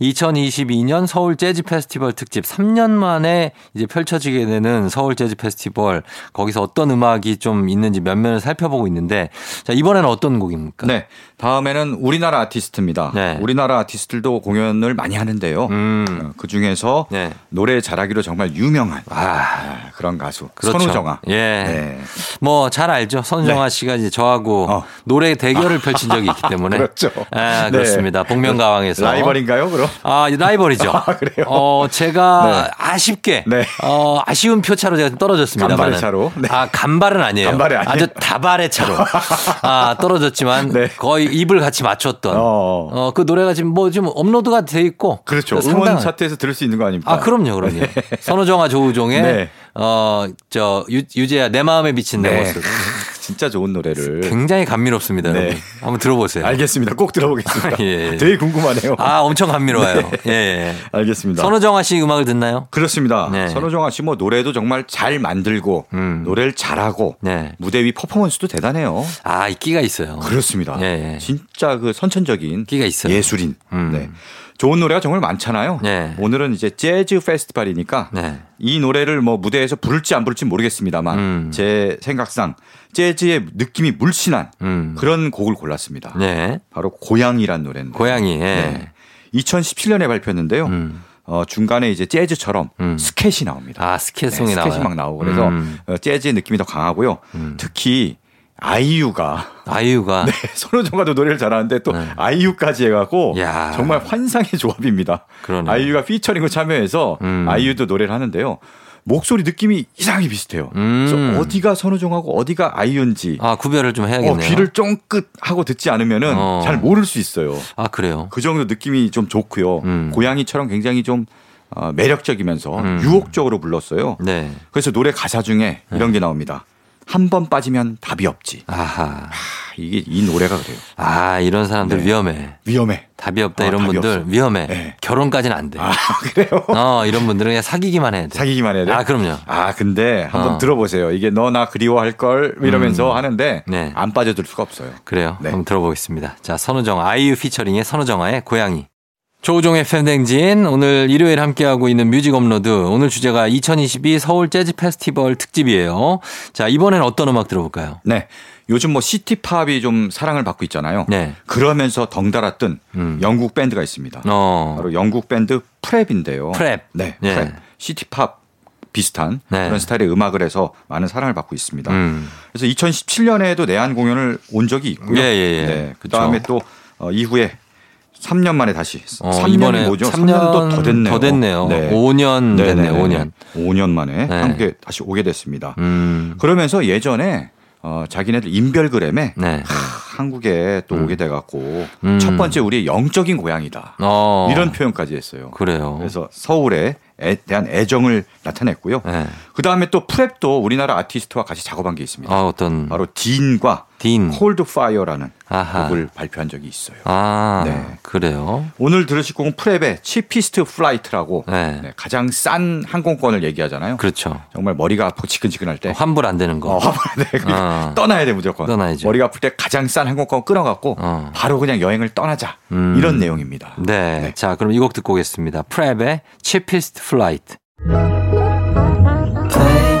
[SPEAKER 1] 2022년 서울 재즈 페스티벌 특집 3년 만에 이제 펼쳐지게 되는 서울 재즈 페스티벌 거기서 어떤 음악이 좀 있는지 몇 면을 살펴보고 있는데 자, 이번에는 어떤 곡입니까?
[SPEAKER 6] 네. 다음에는 우리나라 아티스트입니다.
[SPEAKER 1] 그러니까. 네.
[SPEAKER 6] 우리나라 아티스트들도 공연을 많이 하는데요.
[SPEAKER 1] 음.
[SPEAKER 6] 그 중에서
[SPEAKER 1] 네.
[SPEAKER 6] 노래 잘하기로 정말 유명한
[SPEAKER 1] 아,
[SPEAKER 6] 아, 그런 가수
[SPEAKER 1] 그렇죠.
[SPEAKER 6] 선우정아.
[SPEAKER 1] 예.
[SPEAKER 6] 네.
[SPEAKER 1] 뭐 잘 알죠. 선정아 씨가 이제 저하고
[SPEAKER 6] 어.
[SPEAKER 1] 노래 대결을 펼친 적이 있기 때문에
[SPEAKER 6] 그렇죠.
[SPEAKER 1] 아,
[SPEAKER 6] 네.
[SPEAKER 1] 그렇습니다. 복면가왕에서
[SPEAKER 6] 라이벌인가요, 그럼?
[SPEAKER 1] 아, 이 라이벌이죠.
[SPEAKER 6] 그래요?
[SPEAKER 1] 어, 제가
[SPEAKER 6] 네.
[SPEAKER 1] 아쉽게
[SPEAKER 6] 네.
[SPEAKER 1] 어, 아쉬운 표 차로 제가 떨어졌습니다.
[SPEAKER 6] 간발의 차로? 네.
[SPEAKER 1] 아, 간발은 아니에요.
[SPEAKER 6] 간발이 아니에요.
[SPEAKER 1] 아주 다발의 차로. 아, 떨어졌지만
[SPEAKER 6] 네.
[SPEAKER 1] 거의 입을 같이 맞췄던
[SPEAKER 6] 어.
[SPEAKER 1] 어, 그 노래가 지금 뭐 지금 업로드가 돼 있고 그러니까
[SPEAKER 6] 그렇죠.
[SPEAKER 1] 상당한-
[SPEAKER 6] 음원 차트에서 들을 수 있는 거 아닙니까?
[SPEAKER 1] 아, 그럼요, 그럼요. 선우정아 조우종의
[SPEAKER 6] 네.
[SPEAKER 1] 어, 저 유, 유재야 내 마음에 비친 내
[SPEAKER 6] 네.
[SPEAKER 1] 모습.
[SPEAKER 6] 진짜 좋은 노래를.
[SPEAKER 1] 굉장히 감미롭습니다.
[SPEAKER 6] 네.
[SPEAKER 1] 여러분. 한번 들어보세요.
[SPEAKER 6] 알겠습니다. 꼭 들어보겠습니다.
[SPEAKER 1] 예.
[SPEAKER 6] 되게 궁금하네요.
[SPEAKER 1] 아, 엄청 감미로워요.
[SPEAKER 6] 네.
[SPEAKER 1] 예, 예.
[SPEAKER 6] 알겠습니다.
[SPEAKER 1] 선우정아 씨 음악을 듣나요?
[SPEAKER 6] 그렇습니다.
[SPEAKER 1] 네.
[SPEAKER 6] 선우정아 씨 뭐 노래도 정말 잘 만들고
[SPEAKER 1] 음.
[SPEAKER 6] 노래를 잘하고
[SPEAKER 1] 네.
[SPEAKER 6] 무대 위 퍼포먼스도 대단해요.
[SPEAKER 1] 아, 이 끼가 있어요.
[SPEAKER 6] 그렇습니다.
[SPEAKER 1] 예, 예.
[SPEAKER 6] 진짜 그 선천적인
[SPEAKER 1] 끼가 있어요.
[SPEAKER 6] 예술인.
[SPEAKER 1] 음.
[SPEAKER 6] 네. 좋은 노래가 정말 많잖아요.
[SPEAKER 1] 예.
[SPEAKER 6] 오늘은 이제 재즈 페스티벌이니까
[SPEAKER 1] 네.
[SPEAKER 6] 이 노래를 뭐 무대에서 부를지 안 부를지 모르겠습니다만
[SPEAKER 1] 음.
[SPEAKER 6] 제 생각상 재즈의 느낌이 물씬한
[SPEAKER 1] 음.
[SPEAKER 6] 그런 곡을 골랐습니다.
[SPEAKER 1] 네.
[SPEAKER 6] 바로 고양이란 노래인데.
[SPEAKER 1] 고양이. 예.
[SPEAKER 6] 네. 2017년에 발표했는데요.
[SPEAKER 1] 음.
[SPEAKER 6] 어, 중간에 이제 재즈처럼
[SPEAKER 1] 음.
[SPEAKER 6] 스캣이 나옵니다. 네,
[SPEAKER 1] 아, 스케송이 나와요.
[SPEAKER 6] 스캣이 막 나오고 그래서
[SPEAKER 1] 음.
[SPEAKER 6] 어, 재즈의 느낌이 더 강하고요. 특히 아이유가 네,
[SPEAKER 1] 아이유가
[SPEAKER 6] 손호정과도 노래를 잘하는데 또
[SPEAKER 1] 네.
[SPEAKER 6] 아이유까지 해갖고
[SPEAKER 1] 야.
[SPEAKER 6] 정말 환상의 조합입니다.
[SPEAKER 1] 그러네요.
[SPEAKER 6] 아이유가 피처링을 참여해서
[SPEAKER 1] 음.
[SPEAKER 6] 아이유도 노래를 하는데요. 목소리 느낌이 이상하게 비슷해요.
[SPEAKER 1] 음.
[SPEAKER 6] 그래서 어디가 선우정하고 어디가 아이유인지
[SPEAKER 1] 아 구별을 좀
[SPEAKER 6] 어,
[SPEAKER 1] 해야겠네요.
[SPEAKER 6] 귀를 쫑긋 하고 듣지 않으면은
[SPEAKER 1] 어.
[SPEAKER 6] 잘 모를 수 있어요.
[SPEAKER 1] 아 그래요.
[SPEAKER 6] 그 정도 느낌이 좀 좋고요.
[SPEAKER 1] 음.
[SPEAKER 6] 고양이처럼 굉장히 좀 어, 매력적이면서
[SPEAKER 1] 음.
[SPEAKER 6] 유혹적으로 불렀어요.
[SPEAKER 1] 네.
[SPEAKER 6] 그래서 노래 가사 중에 이런 게 나옵니다. 한 번 빠지면 답이 없지.
[SPEAKER 1] 아하.
[SPEAKER 6] 아, 이게 이 노래가 그래요.
[SPEAKER 1] 아 이런 사람들
[SPEAKER 6] 네.
[SPEAKER 1] 위험해.
[SPEAKER 6] 위험해.
[SPEAKER 1] 답이 없다
[SPEAKER 6] 아,
[SPEAKER 1] 이런
[SPEAKER 6] 답이
[SPEAKER 1] 분들
[SPEAKER 6] 없어.
[SPEAKER 1] 위험해.
[SPEAKER 6] 네.
[SPEAKER 1] 결혼까지는 안 돼.
[SPEAKER 6] 아 그래요?
[SPEAKER 1] 어 이런 분들은 그냥 사귀기만 해야 돼.
[SPEAKER 6] 사귀기만 해야 돼.
[SPEAKER 1] 아 그럼요.
[SPEAKER 6] 아 근데 한번
[SPEAKER 1] 어.
[SPEAKER 6] 들어보세요. 이게 너 나 그리워할 걸 이러면서 하는데
[SPEAKER 1] 네.
[SPEAKER 6] 안 빠져들 수가 없어요.
[SPEAKER 1] 그래요.
[SPEAKER 6] 네.
[SPEAKER 1] 한번 들어보겠습니다. 자 선우정 아이유 피처링의 선우정아의 고양이. 조우종의 팬댕진 오늘 일요일 함께하고 있는 뮤직 업로드 오늘 주제가 2022 서울 재즈 페스티벌 특집이에요. 자 이번엔 어떤 음악 들어볼까요?
[SPEAKER 6] 네. 요즘 뭐 시티팝이 좀 사랑을 받고 있잖아요.
[SPEAKER 1] 네.
[SPEAKER 6] 그러면서 덩달아 뜬
[SPEAKER 1] 음.
[SPEAKER 6] 영국 밴드가 있습니다.
[SPEAKER 1] 어.
[SPEAKER 6] 바로 영국 밴드 프랩인데요.
[SPEAKER 1] 프랩.
[SPEAKER 6] 네.
[SPEAKER 1] 예.
[SPEAKER 6] 프랩. 시티팝 비슷한
[SPEAKER 1] 네.
[SPEAKER 6] 그런 스타일의 음악을 해서 많은 사랑을 받고 있습니다.
[SPEAKER 1] 음.
[SPEAKER 6] 그래서 2017년에도 내한 공연을 온 적이 있고요.
[SPEAKER 1] 예, 예, 예.
[SPEAKER 6] 네.
[SPEAKER 1] 그쵸.
[SPEAKER 6] 그다음에 또 어, 이후에 3년 만에 다시
[SPEAKER 1] 어,
[SPEAKER 6] 3년이 뭐죠? 3년도 더 됐네요.
[SPEAKER 1] 더 됐네요.
[SPEAKER 6] 네.
[SPEAKER 1] 5년
[SPEAKER 6] 네네네.
[SPEAKER 1] 됐네요. 5년.
[SPEAKER 6] 5년 만에
[SPEAKER 1] 네.
[SPEAKER 6] 한국에 다시 오게 됐습니다.
[SPEAKER 1] 음.
[SPEAKER 6] 그러면서 예전에 어, 자기네들 인별그램에
[SPEAKER 1] 네.
[SPEAKER 6] 하, 한국에 또 오게 돼갖고
[SPEAKER 1] 음.
[SPEAKER 6] 첫 번째 우리의 영적인 고향이다.
[SPEAKER 1] 어.
[SPEAKER 6] 이런 표현까지 했어요.
[SPEAKER 1] 그래요.
[SPEAKER 6] 그래서 서울에 애- 대한 애정을 나타냈고요.
[SPEAKER 1] 네.
[SPEAKER 6] 그 다음에 또 프랩도 우리나라 아티스트와 같이 작업한 게 있습니다.
[SPEAKER 1] 아, 어떤
[SPEAKER 6] 바로 딘과
[SPEAKER 1] 딘.
[SPEAKER 6] 콜드 파이어라는
[SPEAKER 1] 아하.
[SPEAKER 6] 곡을 발표한 적이 있어요.
[SPEAKER 1] 아.
[SPEAKER 6] 네.
[SPEAKER 1] 그래요.
[SPEAKER 6] 오늘 들으실 곡은 프랩의 치피스트 플라이트라고
[SPEAKER 1] 네.
[SPEAKER 6] 네, 가장 싼 항공권을 얘기하잖아요.
[SPEAKER 1] 그렇죠.
[SPEAKER 6] 정말 머리가 아프고 지끈지끈할 때
[SPEAKER 1] 환불 안 되는 거.
[SPEAKER 6] 어, 네, 그러니까
[SPEAKER 1] 어.
[SPEAKER 6] 떠나야 돼 무조건.
[SPEAKER 1] 떠나야죠.
[SPEAKER 6] 머리가 아플 때 가장 싼 항공권 끊어갖고
[SPEAKER 1] 어.
[SPEAKER 6] 바로 그냥 여행을 떠나자
[SPEAKER 1] 음.
[SPEAKER 6] 이런 내용입니다.
[SPEAKER 1] 네.
[SPEAKER 6] 네.
[SPEAKER 1] 자, 그럼 이 곡 듣고 오겠습니다. 프랩의 Cheapest Flight.
[SPEAKER 7] play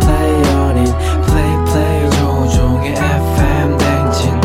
[SPEAKER 7] play on it play play 조종의 FM 댕진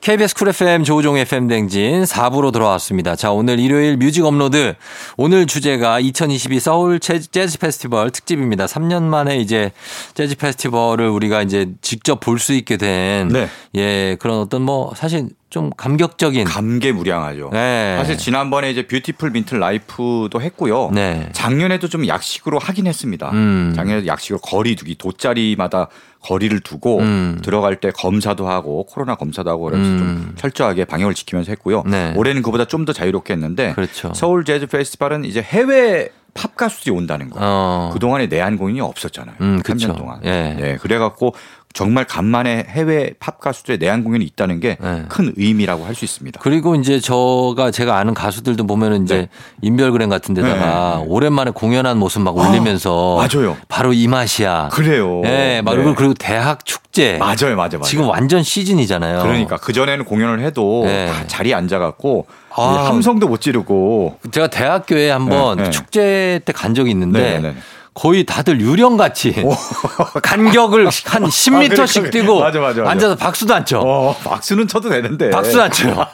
[SPEAKER 1] KBS 쿨 FM 조우종 FM 댕진 4부로 돌아왔습니다. 자, 오늘 일요일 뮤직 업로드. 오늘 주제가 2022 서울 재- 재즈 페스티벌 특집입니다. 3년 만에 이제 재즈 페스티벌을 우리가 이제 직접 볼 수 있게 된
[SPEAKER 6] 네.
[SPEAKER 1] 예, 그런 어떤 뭐 사실 좀 감격적인
[SPEAKER 6] 감개무량하죠.
[SPEAKER 1] 네.
[SPEAKER 6] 사실 지난번에 이제 뷰티풀 민트 라이프도 했고요.
[SPEAKER 1] 네.
[SPEAKER 6] 작년에도 좀 약식으로 하긴 했습니다.
[SPEAKER 1] 음.
[SPEAKER 6] 작년에도 약식으로 거리 두기 돗자리마다 거리를 두고
[SPEAKER 1] 음.
[SPEAKER 6] 들어갈 때 검사도 하고 코로나 검사도 하고 그래서 좀 철저하게 방역을 지키면서 했고요.
[SPEAKER 1] 네.
[SPEAKER 6] 올해는 그보다 좀 더 자유롭게 했는데
[SPEAKER 1] 그렇죠.
[SPEAKER 6] 서울 재즈 페스티벌은 이제 해외 팝 가수들이 온다는 거.
[SPEAKER 1] 어.
[SPEAKER 6] 그동안에 내한 공연이 없었잖아요.
[SPEAKER 1] 음,
[SPEAKER 6] 삼
[SPEAKER 1] 그쵸.
[SPEAKER 6] 년 동안. 네,
[SPEAKER 1] 예.
[SPEAKER 6] 그래갖고 정말 간만에 해외 팝 가수들의 내한 공연이 있다는 게 큰
[SPEAKER 1] 예.
[SPEAKER 6] 의미라고 할 수 있습니다.
[SPEAKER 1] 그리고 이제 저가 제가 아는 가수들도 보면은 이제
[SPEAKER 6] 네.
[SPEAKER 1] 인별그램 같은 데다가
[SPEAKER 6] 네. 오랜만에
[SPEAKER 1] 오랜만에 공연한 모습 막 올리면서
[SPEAKER 6] 맞아요.
[SPEAKER 1] 바로 이 맛이야.
[SPEAKER 6] 그래요.
[SPEAKER 1] 예, 막
[SPEAKER 6] 네.
[SPEAKER 1] 그리고 그리고 대학 축제.
[SPEAKER 6] 맞아요, 맞아요, 맞아요.
[SPEAKER 1] 지금 완전 시즌이잖아요.
[SPEAKER 6] 그러니까 그 전에는 공연을 해도
[SPEAKER 1] 어. 네.
[SPEAKER 6] 다 자리에 앉아갖고
[SPEAKER 1] 아.
[SPEAKER 6] 이 함성도 못 지르고
[SPEAKER 1] 제가 대학교에 한번
[SPEAKER 6] 네, 네.
[SPEAKER 1] 축제 때 간 적이 있는데
[SPEAKER 6] 네, 네, 네.
[SPEAKER 1] 거의 다들 유령 같이 간격을 한
[SPEAKER 6] 아, 그러니까.
[SPEAKER 1] 10m씩 뛰고
[SPEAKER 6] 맞아, 맞아, 맞아.
[SPEAKER 1] 앉아서 박수도 안 쳐.
[SPEAKER 6] 어, 네. 박수는 쳐도 되는데
[SPEAKER 1] 박수 안 쳐요.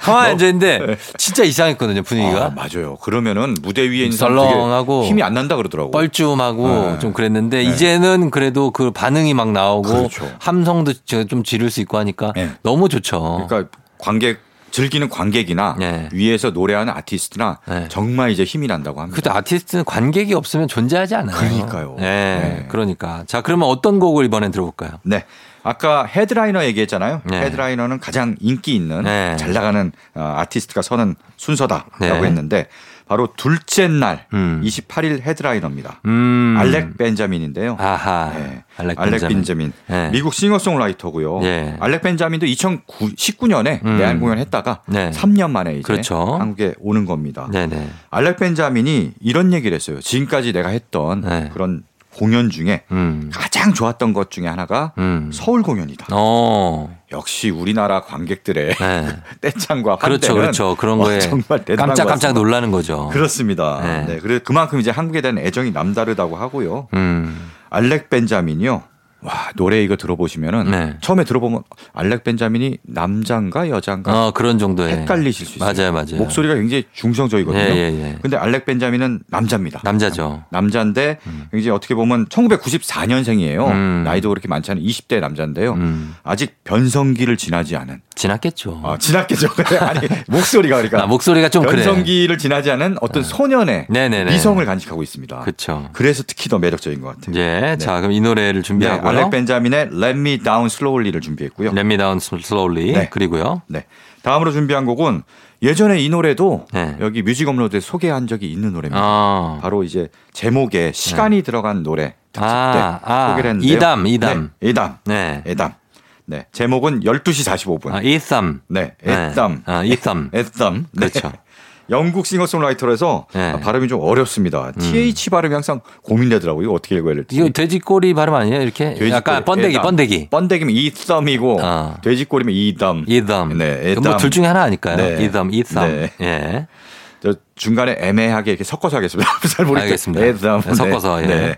[SPEAKER 1] 가만히 앉아 있는데 진짜 이상했거든요 분위기가.
[SPEAKER 6] 네. 아, 맞아요. 그러면은 무대 위에 있는 사람
[SPEAKER 1] 썰렁하고
[SPEAKER 6] 되게 힘이 안 난다 그러더라고.
[SPEAKER 1] 뭐 뻘쭘하고
[SPEAKER 6] 네.
[SPEAKER 1] 좀 그랬는데 이제는 그래도 그 반응이 막 나오고
[SPEAKER 6] 그렇죠.
[SPEAKER 1] 함성도 지- 좀 지를 수 있고 하니까
[SPEAKER 6] 네.
[SPEAKER 1] 너무 좋죠.
[SPEAKER 6] 그러니까 관객 즐기는 관객이나
[SPEAKER 1] 네.
[SPEAKER 6] 위에서 노래하는 아티스트나
[SPEAKER 1] 네.
[SPEAKER 6] 정말 이제 힘이 난다고 합니다.
[SPEAKER 1] 그래도 아티스트는 관객이 없으면 존재하지 않아요.
[SPEAKER 6] 그러니까요.
[SPEAKER 1] 예.
[SPEAKER 6] 네.
[SPEAKER 1] 그러니까. 자, 그러면 어떤 곡을 이번엔 들어볼까요?
[SPEAKER 6] 네. 아까 헤드라이너 얘기했잖아요.
[SPEAKER 1] 그 네.
[SPEAKER 6] 헤드라이너는 가장 인기 있는
[SPEAKER 1] 네.
[SPEAKER 6] 잘 나가는 어, 아티스트가 서는 순서다라고
[SPEAKER 1] 네.
[SPEAKER 6] 했는데 바로 둘째 날
[SPEAKER 1] 음.
[SPEAKER 6] 28일 헤드라이너입니다.
[SPEAKER 1] 음.
[SPEAKER 6] 알렉 벤자민인데요.
[SPEAKER 1] 아하.
[SPEAKER 6] 네.
[SPEAKER 1] 알렉,
[SPEAKER 6] 알렉 벤자민.
[SPEAKER 1] 네.
[SPEAKER 6] 미국 싱어송라이터고요.
[SPEAKER 1] 예.
[SPEAKER 6] 알렉 benjamin도 2019년에
[SPEAKER 1] 음.
[SPEAKER 6] 내한 공연 했다가
[SPEAKER 1] 네.
[SPEAKER 6] 3년 만에 이제
[SPEAKER 1] 그렇죠.
[SPEAKER 6] 한국에 오는 겁니다.
[SPEAKER 1] 네네.
[SPEAKER 6] 알렉 벤자민이 이런 얘기를 했어요. 지금까지 내가 했던
[SPEAKER 1] 네.
[SPEAKER 6] 그런 공연 중에
[SPEAKER 1] 음.
[SPEAKER 6] 가장 좋았던 것 중에 하나가
[SPEAKER 1] 음.
[SPEAKER 6] 서울 공연이다.
[SPEAKER 1] 어.
[SPEAKER 6] 역시 우리나라 관객들의
[SPEAKER 1] 네.
[SPEAKER 6] 떼창과
[SPEAKER 1] 그렇죠,
[SPEAKER 6] 환대는
[SPEAKER 1] 그렇죠. 그런
[SPEAKER 6] 와,
[SPEAKER 1] 거에
[SPEAKER 6] 정말 대단한
[SPEAKER 1] 깜짝
[SPEAKER 6] 것 같습니다.
[SPEAKER 1] 깜짝 놀라는 거죠.
[SPEAKER 6] 그렇습니다.
[SPEAKER 1] 네.
[SPEAKER 6] 네. 그래 그만큼 이제 한국에 대한 애정이 남다르다고 하고요.
[SPEAKER 1] 음.
[SPEAKER 6] 알렉 벤자민이요. 와 노래 이거 들어보시면은
[SPEAKER 1] 네.
[SPEAKER 6] 처음에 들어보면 알렉 벤자민이 남잔가 여잔가
[SPEAKER 1] 어 그런 정도의
[SPEAKER 6] 헷갈리실 수 있어요.
[SPEAKER 1] 맞아요, 맞아요.
[SPEAKER 6] 목소리가 굉장히 중성적이거든요.
[SPEAKER 1] 예, 예, 예.
[SPEAKER 6] 근데 알렉 벤자민은 남자입니다.
[SPEAKER 1] 남자죠.
[SPEAKER 6] 남자인데 이제 어떻게 보면 1994년생이에요.
[SPEAKER 1] 음.
[SPEAKER 6] 나이도 그렇게 많지 않은 20대 남자인데요.
[SPEAKER 1] 음.
[SPEAKER 6] 아직 변성기를 지나지 않은
[SPEAKER 1] 지났겠죠.
[SPEAKER 6] 아, 지났겠죠. 아니 목소리가 그러니까
[SPEAKER 1] 아, 목소리가 좀 그래.
[SPEAKER 6] 변성기를 지나지 않은 어떤 소년의
[SPEAKER 1] 네네네.
[SPEAKER 6] 미성을 간직하고 있습니다.
[SPEAKER 1] 그쵸.
[SPEAKER 6] 그래서 특히 더 매력적인 것 같아요.
[SPEAKER 1] 예. 자, 그럼 이 노래를
[SPEAKER 6] 네,
[SPEAKER 1] 준비하고요. 네.
[SPEAKER 6] 알렉 벤자민의 Let Me Down Slowly를 준비했고요.
[SPEAKER 1] Let Me Down Slowly.
[SPEAKER 6] 네.
[SPEAKER 1] 그리고요.
[SPEAKER 6] 네. 다음으로 준비한 곡은 예전에 이 노래도
[SPEAKER 1] 네.
[SPEAKER 6] 여기 뮤직 업로드에 소개한 적이 있는 노래입니다.
[SPEAKER 1] 어.
[SPEAKER 6] 음. 바로 이제 제목에 시간이 들어간 노래 특집
[SPEAKER 1] 네. 아,
[SPEAKER 6] 때
[SPEAKER 1] 아.
[SPEAKER 6] 소개를 했는데요.
[SPEAKER 1] 이담, 이담.
[SPEAKER 6] 네, 이담.
[SPEAKER 1] 네.
[SPEAKER 6] 이담. 네. 제목은 12시 45분.
[SPEAKER 1] 아, 이썸.
[SPEAKER 6] 네. 애땀.
[SPEAKER 1] 아, 이썸.
[SPEAKER 6] 애땀. 네.
[SPEAKER 1] 그렇죠.
[SPEAKER 6] 영국 싱어송라이터라서
[SPEAKER 1] 네.
[SPEAKER 6] 발음이 좀 어렵습니다. TH 발음이 항상 고민되더라고요. 이거 어떻게 읽어야 될지.
[SPEAKER 1] 이거 돼지꼬리 발음 아니에요? 이렇게
[SPEAKER 6] 돼지꼬리,
[SPEAKER 1] 약간 번데기,
[SPEAKER 6] 애담.
[SPEAKER 1] 번데기.
[SPEAKER 6] 번데기면 이썸이고
[SPEAKER 1] 아.
[SPEAKER 6] 돼지꼬리면 이덤.
[SPEAKER 1] 이덤.
[SPEAKER 6] 네, 애담.
[SPEAKER 1] 뭐둘 중에 하나 아닐까요?
[SPEAKER 6] 네.
[SPEAKER 1] 이덤, 이썸.
[SPEAKER 6] 네.
[SPEAKER 1] 예.
[SPEAKER 6] 저 중간에 애매하게 이렇게 섞어서 하겠습니다. 잘 모르겠어요.
[SPEAKER 1] 알겠습니다.
[SPEAKER 6] 애담.
[SPEAKER 1] 네, 섞어서, 예.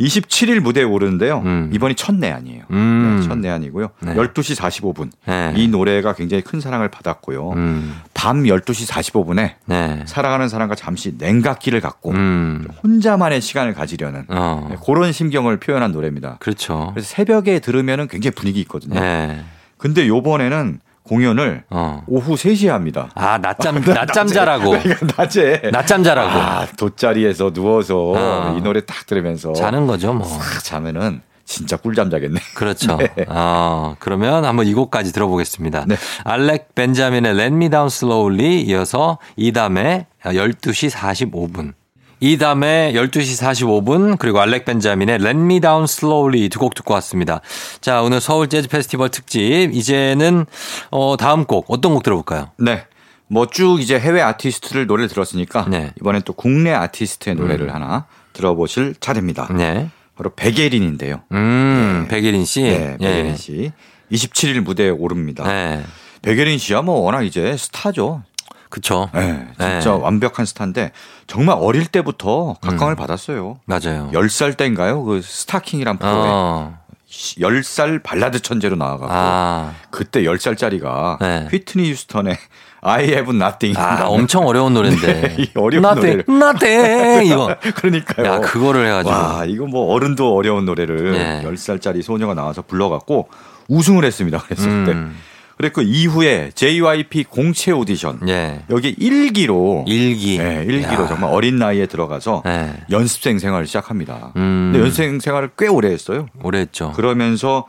[SPEAKER 6] 27일 무대에 오르는데요.
[SPEAKER 1] 음.
[SPEAKER 6] 이번이 첫 내한이에요.
[SPEAKER 1] 음.
[SPEAKER 6] 네, 첫 내한이고요.
[SPEAKER 1] 네.
[SPEAKER 6] 12시 45분.
[SPEAKER 1] 네.
[SPEAKER 6] 이 노래가 굉장히 큰 사랑을 받았고요.
[SPEAKER 1] 음.
[SPEAKER 6] 밤 12시 45분에
[SPEAKER 1] 네.
[SPEAKER 6] 사랑하는 사람과 잠시 냉각기를 갖고
[SPEAKER 1] 음.
[SPEAKER 6] 혼자만의 시간을 가지려는
[SPEAKER 1] 어.
[SPEAKER 6] 네, 그런 심경을 표현한 노래입니다.
[SPEAKER 1] 그렇죠.
[SPEAKER 6] 그래서 새벽에 들으면 굉장히 분위기 있거든요.
[SPEAKER 1] 예.
[SPEAKER 6] 근데 요번에는 공연을
[SPEAKER 1] 어.
[SPEAKER 6] 오후 3시에 합니다.
[SPEAKER 1] 아, 낮잠, 낮잠 자라고.
[SPEAKER 6] 그러니까 낮에
[SPEAKER 1] 낮잠 자라고.
[SPEAKER 6] 아, 돗자리에서 누워서
[SPEAKER 1] 어.
[SPEAKER 6] 이 노래 딱 들으면서
[SPEAKER 1] 자는 거죠, 뭐.
[SPEAKER 6] 딱 자면은 진짜 꿀잠 자겠네.
[SPEAKER 1] 그렇죠. 어, 그러면 한번 이 곡까지 들어보겠습니다.
[SPEAKER 6] 네.
[SPEAKER 1] 알렉 벤자민의 Let Me Down Slowly 이어서 이담의 12시 45분. 이담의 12시 45분 그리고 알렉 벤자민의 Let Me Down Slowly 두 곡 듣고 왔습니다. 자 오늘 서울 재즈 페스티벌 특집 이제는 어, 다음 곡 어떤 곡 들어볼까요?
[SPEAKER 6] 네. 뭐 쭉 이제 해외 아티스트를 노래 들었으니까
[SPEAKER 1] 네. 음.
[SPEAKER 6] 이번엔 또 국내 아티스트의 노래를 하나 들어보실 차례입니다.
[SPEAKER 1] 네.
[SPEAKER 6] 바로 백예린인데요.
[SPEAKER 1] 음 백예린 씨.
[SPEAKER 6] 네,
[SPEAKER 1] 예.
[SPEAKER 6] 백예린 씨. 27일 무대에 오릅니다.
[SPEAKER 1] 네.
[SPEAKER 6] 백예린 씨야 뭐 워낙 이제 스타죠.
[SPEAKER 1] 그쵸.
[SPEAKER 6] 네, 진짜
[SPEAKER 1] 네.
[SPEAKER 6] 완벽한 스타인데 정말 어릴 때부터 각광을
[SPEAKER 1] 음.
[SPEAKER 6] 받았어요.
[SPEAKER 1] 맞아요.
[SPEAKER 6] 10살 때인가요? 그 스타킹이란 프로에 아,
[SPEAKER 1] 어.
[SPEAKER 6] 10살 발라드 천재로 나와갖고
[SPEAKER 1] 아.
[SPEAKER 6] 그때 10살짜리가
[SPEAKER 1] 네.
[SPEAKER 6] 휘트니 휴스턴의 I have nothing.
[SPEAKER 1] 아, 엄청 어려운 노래인데.
[SPEAKER 6] 네, 이 어려운
[SPEAKER 1] Nothing, nothing, 이거.
[SPEAKER 6] 그러니까요.
[SPEAKER 1] 야, 그거를 해가지고.
[SPEAKER 6] 와, 이거 뭐 어른도 어려운 노래를
[SPEAKER 1] 네.
[SPEAKER 6] 10살짜리 소녀가 나와서 불러갖고 우승을 했습니다. 그래서 그때.
[SPEAKER 1] 음.
[SPEAKER 6] 그리고 그 이후에 JYP 공채 오디션.
[SPEAKER 1] 예.
[SPEAKER 6] 여기 1기로.
[SPEAKER 1] 일기.
[SPEAKER 6] 네, 1기로
[SPEAKER 1] 야.
[SPEAKER 6] 정말 어린 나이에 들어가서
[SPEAKER 1] 네.
[SPEAKER 6] 연습생 생활을 시작합니다.
[SPEAKER 1] 음.
[SPEAKER 6] 근데 연습생 생활을 꽤 오래 했어요.
[SPEAKER 1] 오래 했죠.
[SPEAKER 6] 그러면서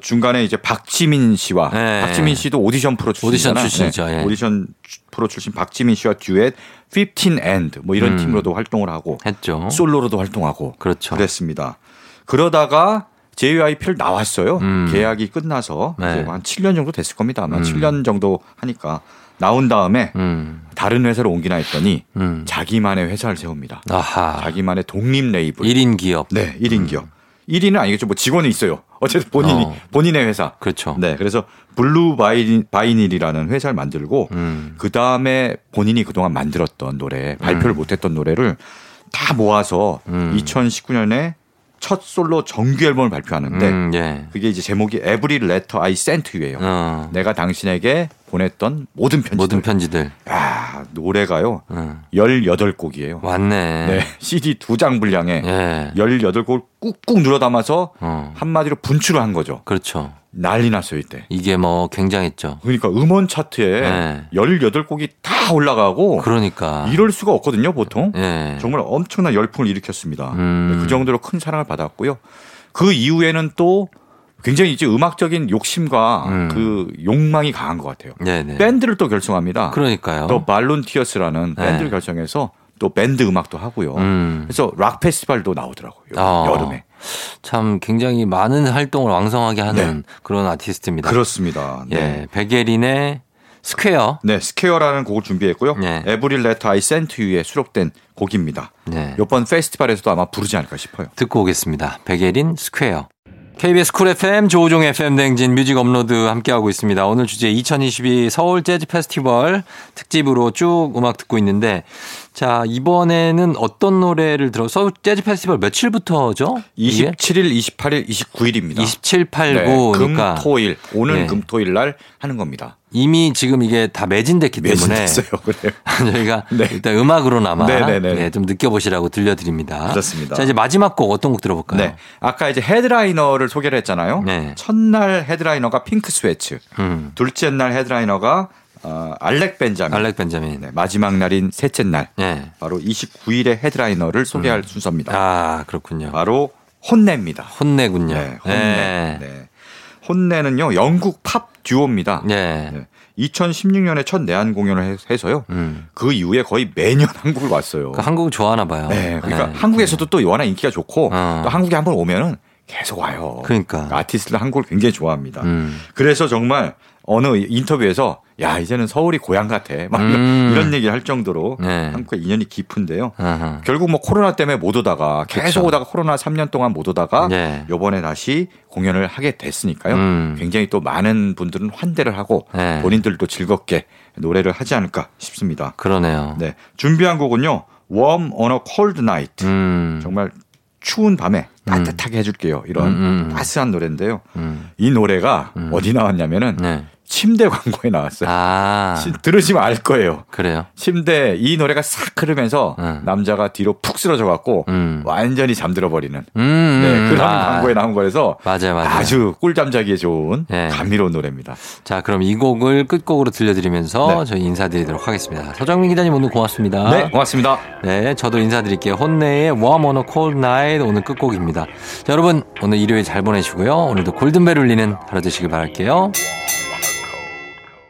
[SPEAKER 6] 중간에 이제 박지민 씨와
[SPEAKER 1] 네.
[SPEAKER 6] 박지민 씨도 오디션 프로 출신이잖아.
[SPEAKER 1] 오디션 출신이죠, 예.
[SPEAKER 6] 오디션 주- 프로 출신 박지민 씨와 듀엣 15 and 뭐 이런
[SPEAKER 1] 음.
[SPEAKER 6] 팀으로도 활동을 하고
[SPEAKER 1] 했죠.
[SPEAKER 6] 솔로로도 활동하고
[SPEAKER 1] 그렇죠.
[SPEAKER 6] 그랬습니다. 그러다가 JYP를 나왔어요.
[SPEAKER 1] 음.
[SPEAKER 6] 계약이 끝나서
[SPEAKER 1] 네.
[SPEAKER 6] 이제 한 7년 정도 됐을 겁니다. 아마 7년 정도 하니까 나온 다음에
[SPEAKER 1] 음.
[SPEAKER 6] 다른 회사로 옮기나 했더니
[SPEAKER 1] 음.
[SPEAKER 6] 자기만의 회사를 세웁니다.
[SPEAKER 1] 아하.
[SPEAKER 6] 자기만의 독립 레이블.
[SPEAKER 1] 1인 기업.
[SPEAKER 6] 네, 1인 기업. 1인은 아니겠죠. 뭐 직원이 있어요. 어쨌든 본인이
[SPEAKER 1] 어.
[SPEAKER 6] 본인의 회사.
[SPEAKER 1] 그렇죠.
[SPEAKER 6] 네, 그래서 블루 바이, 바이닐이라는 회사를 만들고
[SPEAKER 1] 음.
[SPEAKER 6] 그 다음에 본인이 그동안 만들었던 노래, 발표를 못했던 노래를 다 모아서
[SPEAKER 1] 음.
[SPEAKER 6] 2019년에 첫 솔로 정규 앨범을 발표하는데
[SPEAKER 1] 음, 예.
[SPEAKER 6] 그게 이제 제목이 Every Letter I Sent You예요.
[SPEAKER 1] 어.
[SPEAKER 6] 내가 당신에게 보냈던 모든 편지.
[SPEAKER 1] 모든 편지들.
[SPEAKER 6] 아, 노래가요.
[SPEAKER 1] 음.
[SPEAKER 6] 18곡이에요.
[SPEAKER 1] 왔네.
[SPEAKER 6] 네. CD 두 장 분량에
[SPEAKER 1] 예.
[SPEAKER 6] 18곡을 꾹꾹 눌러 담아서
[SPEAKER 1] 어.
[SPEAKER 6] 한마디로 분출을 한 거죠.
[SPEAKER 1] 그렇죠.
[SPEAKER 6] 난리 났어요, 이때.
[SPEAKER 1] 이게 뭐 굉장했죠.
[SPEAKER 6] 그러니까 음원 차트에
[SPEAKER 1] 네.
[SPEAKER 6] 18곡이 다 올라가고
[SPEAKER 1] 그러니까.
[SPEAKER 6] 이럴 수가 없거든요, 보통.
[SPEAKER 1] 예.
[SPEAKER 6] 정말 엄청난 열풍을 일으켰습니다.
[SPEAKER 1] 음.
[SPEAKER 6] 네, 그 정도로 큰 사랑을 받았고요. 그 이후에는 또 굉장히 이제 음악적인 욕심과
[SPEAKER 1] 음.
[SPEAKER 6] 그 욕망이 강한 것 같아요.
[SPEAKER 1] 네네.
[SPEAKER 6] 밴드를 또 결성합니다.
[SPEAKER 1] 그러니까요.
[SPEAKER 6] 또 말론 티어스라는
[SPEAKER 1] 네.
[SPEAKER 6] 밴드를 결성해서 또 밴드 음악도 하고요.
[SPEAKER 1] 음.
[SPEAKER 6] 그래서 락 페스티벌도 나오더라고요.
[SPEAKER 1] 어.
[SPEAKER 6] 여름에.
[SPEAKER 1] 참 굉장히 많은 활동을 왕성하게 하는 네. 그런 아티스트입니다.
[SPEAKER 6] 그렇습니다. 네.
[SPEAKER 1] 예, 백예린의 스퀘어.
[SPEAKER 6] 네, 스퀘어라는 곡을 준비했고요.
[SPEAKER 1] 네.
[SPEAKER 6] 에브릴 레터 아이 센트 유에 수록된 곡입니다.
[SPEAKER 1] 네.
[SPEAKER 6] 이번 페스티벌에서도 아마 부르지 않을까 싶어요.
[SPEAKER 1] 듣고 오겠습니다. 백예린 스퀘어. KBS 쿨 FM 조우종 FM 댕진 뮤직 업로드 함께하고 있습니다. 오늘 주제 2022 서울 재즈 페스티벌 특집으로 쭉 음악 듣고 있는데 자 이번에는 어떤 노래를 들어 서울 재즈 페스티벌 며칠부터죠? 이게?
[SPEAKER 6] 27일, 28일, 29일입니다. 네,
[SPEAKER 1] 27, 8, 9 그러니까
[SPEAKER 6] 금토일 오늘
[SPEAKER 1] 네.
[SPEAKER 6] 금토일 날 하는 겁니다.
[SPEAKER 1] 이미 지금 이게 다 매진됐기 때문에
[SPEAKER 6] 매진됐어요. 그래요.
[SPEAKER 1] 저희가
[SPEAKER 6] 네.
[SPEAKER 1] 일단 음악으로나마
[SPEAKER 6] 네, 네, 네.
[SPEAKER 1] 예, 좀 느껴보시라고 들려드립니다.
[SPEAKER 6] 그렇습니다.
[SPEAKER 1] 자 이제 마지막 곡 어떤 곡 들어볼까요?
[SPEAKER 6] 네. 아까 이제 헤드라이너를 소개를 했잖아요.
[SPEAKER 1] 네.
[SPEAKER 6] 첫날 헤드라이너가 핑크 스웨츠.
[SPEAKER 1] 음,
[SPEAKER 6] 둘째 날 헤드라이너가 어, 알렉 벤자민.
[SPEAKER 1] 알렉 벤자민.
[SPEAKER 6] 네, 마지막 날인 셋째 날.
[SPEAKER 1] 네. 음.
[SPEAKER 6] 바로 29일의 헤드라이너를 소개할 순서입니다.
[SPEAKER 1] 아 그렇군요.
[SPEAKER 6] 바로 혼내입니다.
[SPEAKER 1] 혼내군요.
[SPEAKER 6] 네, 혼내. 네. 혼내는요 영국 팝 듀오입니다.
[SPEAKER 1] 네.
[SPEAKER 6] 네. 2016년에 첫 내한 공연을 해- 해서요.
[SPEAKER 1] 음.
[SPEAKER 6] 그 이후에 거의 매년 한국을 왔어요.
[SPEAKER 1] 그러니까 한국을 좋아하나 봐요.
[SPEAKER 6] 네, 그러니까 한국에서도 또 워낙 인기가 좋고
[SPEAKER 1] 어.
[SPEAKER 6] 또 한국에 한번 오면은 계속 와요.
[SPEAKER 1] 그러니까.
[SPEAKER 6] 아티스트들 한국을 굉장히 좋아합니다.
[SPEAKER 1] 음.
[SPEAKER 6] 그래서 정말 어느 인터뷰에서 야 이제는 서울이 고향 같아 막 이런-
[SPEAKER 1] 음.
[SPEAKER 6] 이런 얘기를 할 정도로
[SPEAKER 1] 네.
[SPEAKER 6] 한국과 인연이 깊은데요.
[SPEAKER 1] 아하.
[SPEAKER 6] 결국 뭐 코로나 때문에 못 오다가 계속
[SPEAKER 1] 그쵸.
[SPEAKER 6] 오다가 코로나 3년 동안 못 오다가
[SPEAKER 1] 그렇죠. 네.
[SPEAKER 6] 요번에 다시 공연을 하게 됐으니까요.
[SPEAKER 1] 음.
[SPEAKER 6] 굉장히 또 많은 분들은 환대를 하고
[SPEAKER 1] 네.
[SPEAKER 6] 본인들도 즐겁게 노래를 하지 않을까 싶습니다.
[SPEAKER 1] 그러네요.
[SPEAKER 6] 네. 준비한 곡은요. Warm on a Cold Night.
[SPEAKER 1] 음.
[SPEAKER 6] 정말 추운 밤에 따뜻하게 해줄게요. 이런
[SPEAKER 1] 음, 음, 음.
[SPEAKER 6] 따스한 노래인데요.
[SPEAKER 1] 음.
[SPEAKER 6] 이 노래가 어디 나왔냐면은
[SPEAKER 1] 네.
[SPEAKER 6] 침대 광고에 나왔어요.
[SPEAKER 1] 아
[SPEAKER 6] 네. 시- 들으시면 알 거예요.
[SPEAKER 1] 그래요.
[SPEAKER 6] 침대 이 노래가 싹 흐르면서
[SPEAKER 1] 음.
[SPEAKER 6] 남자가 뒤로 푹 쓰러져 갖고
[SPEAKER 1] 음.
[SPEAKER 6] 완전히 잠들어 버리는
[SPEAKER 1] 음.
[SPEAKER 6] 네, 그런
[SPEAKER 1] 아.
[SPEAKER 6] 광고에 나온 거라서
[SPEAKER 1] 맞아요, 맞아요.
[SPEAKER 6] 주 꿀잠 자기에 좋은
[SPEAKER 1] 네.
[SPEAKER 6] 감미로운 노래입니다.
[SPEAKER 1] 자, 그럼 이 곡을 끝곡으로 들려드리면서
[SPEAKER 6] 네.
[SPEAKER 1] 저희 인사드리도록 하겠습니다. 서정민 기자님 오늘 아, 고맙습니다.
[SPEAKER 6] 네, 고맙습니다.
[SPEAKER 1] 네, 저도 인사드릴게요. 혼내의 Warm on a Cold Night 오늘 끝곡입니다. 자, 여러분 오늘 일요일 잘 보내시고요. 오늘도 골든벨 울리는 하루 되시길 바랄게요.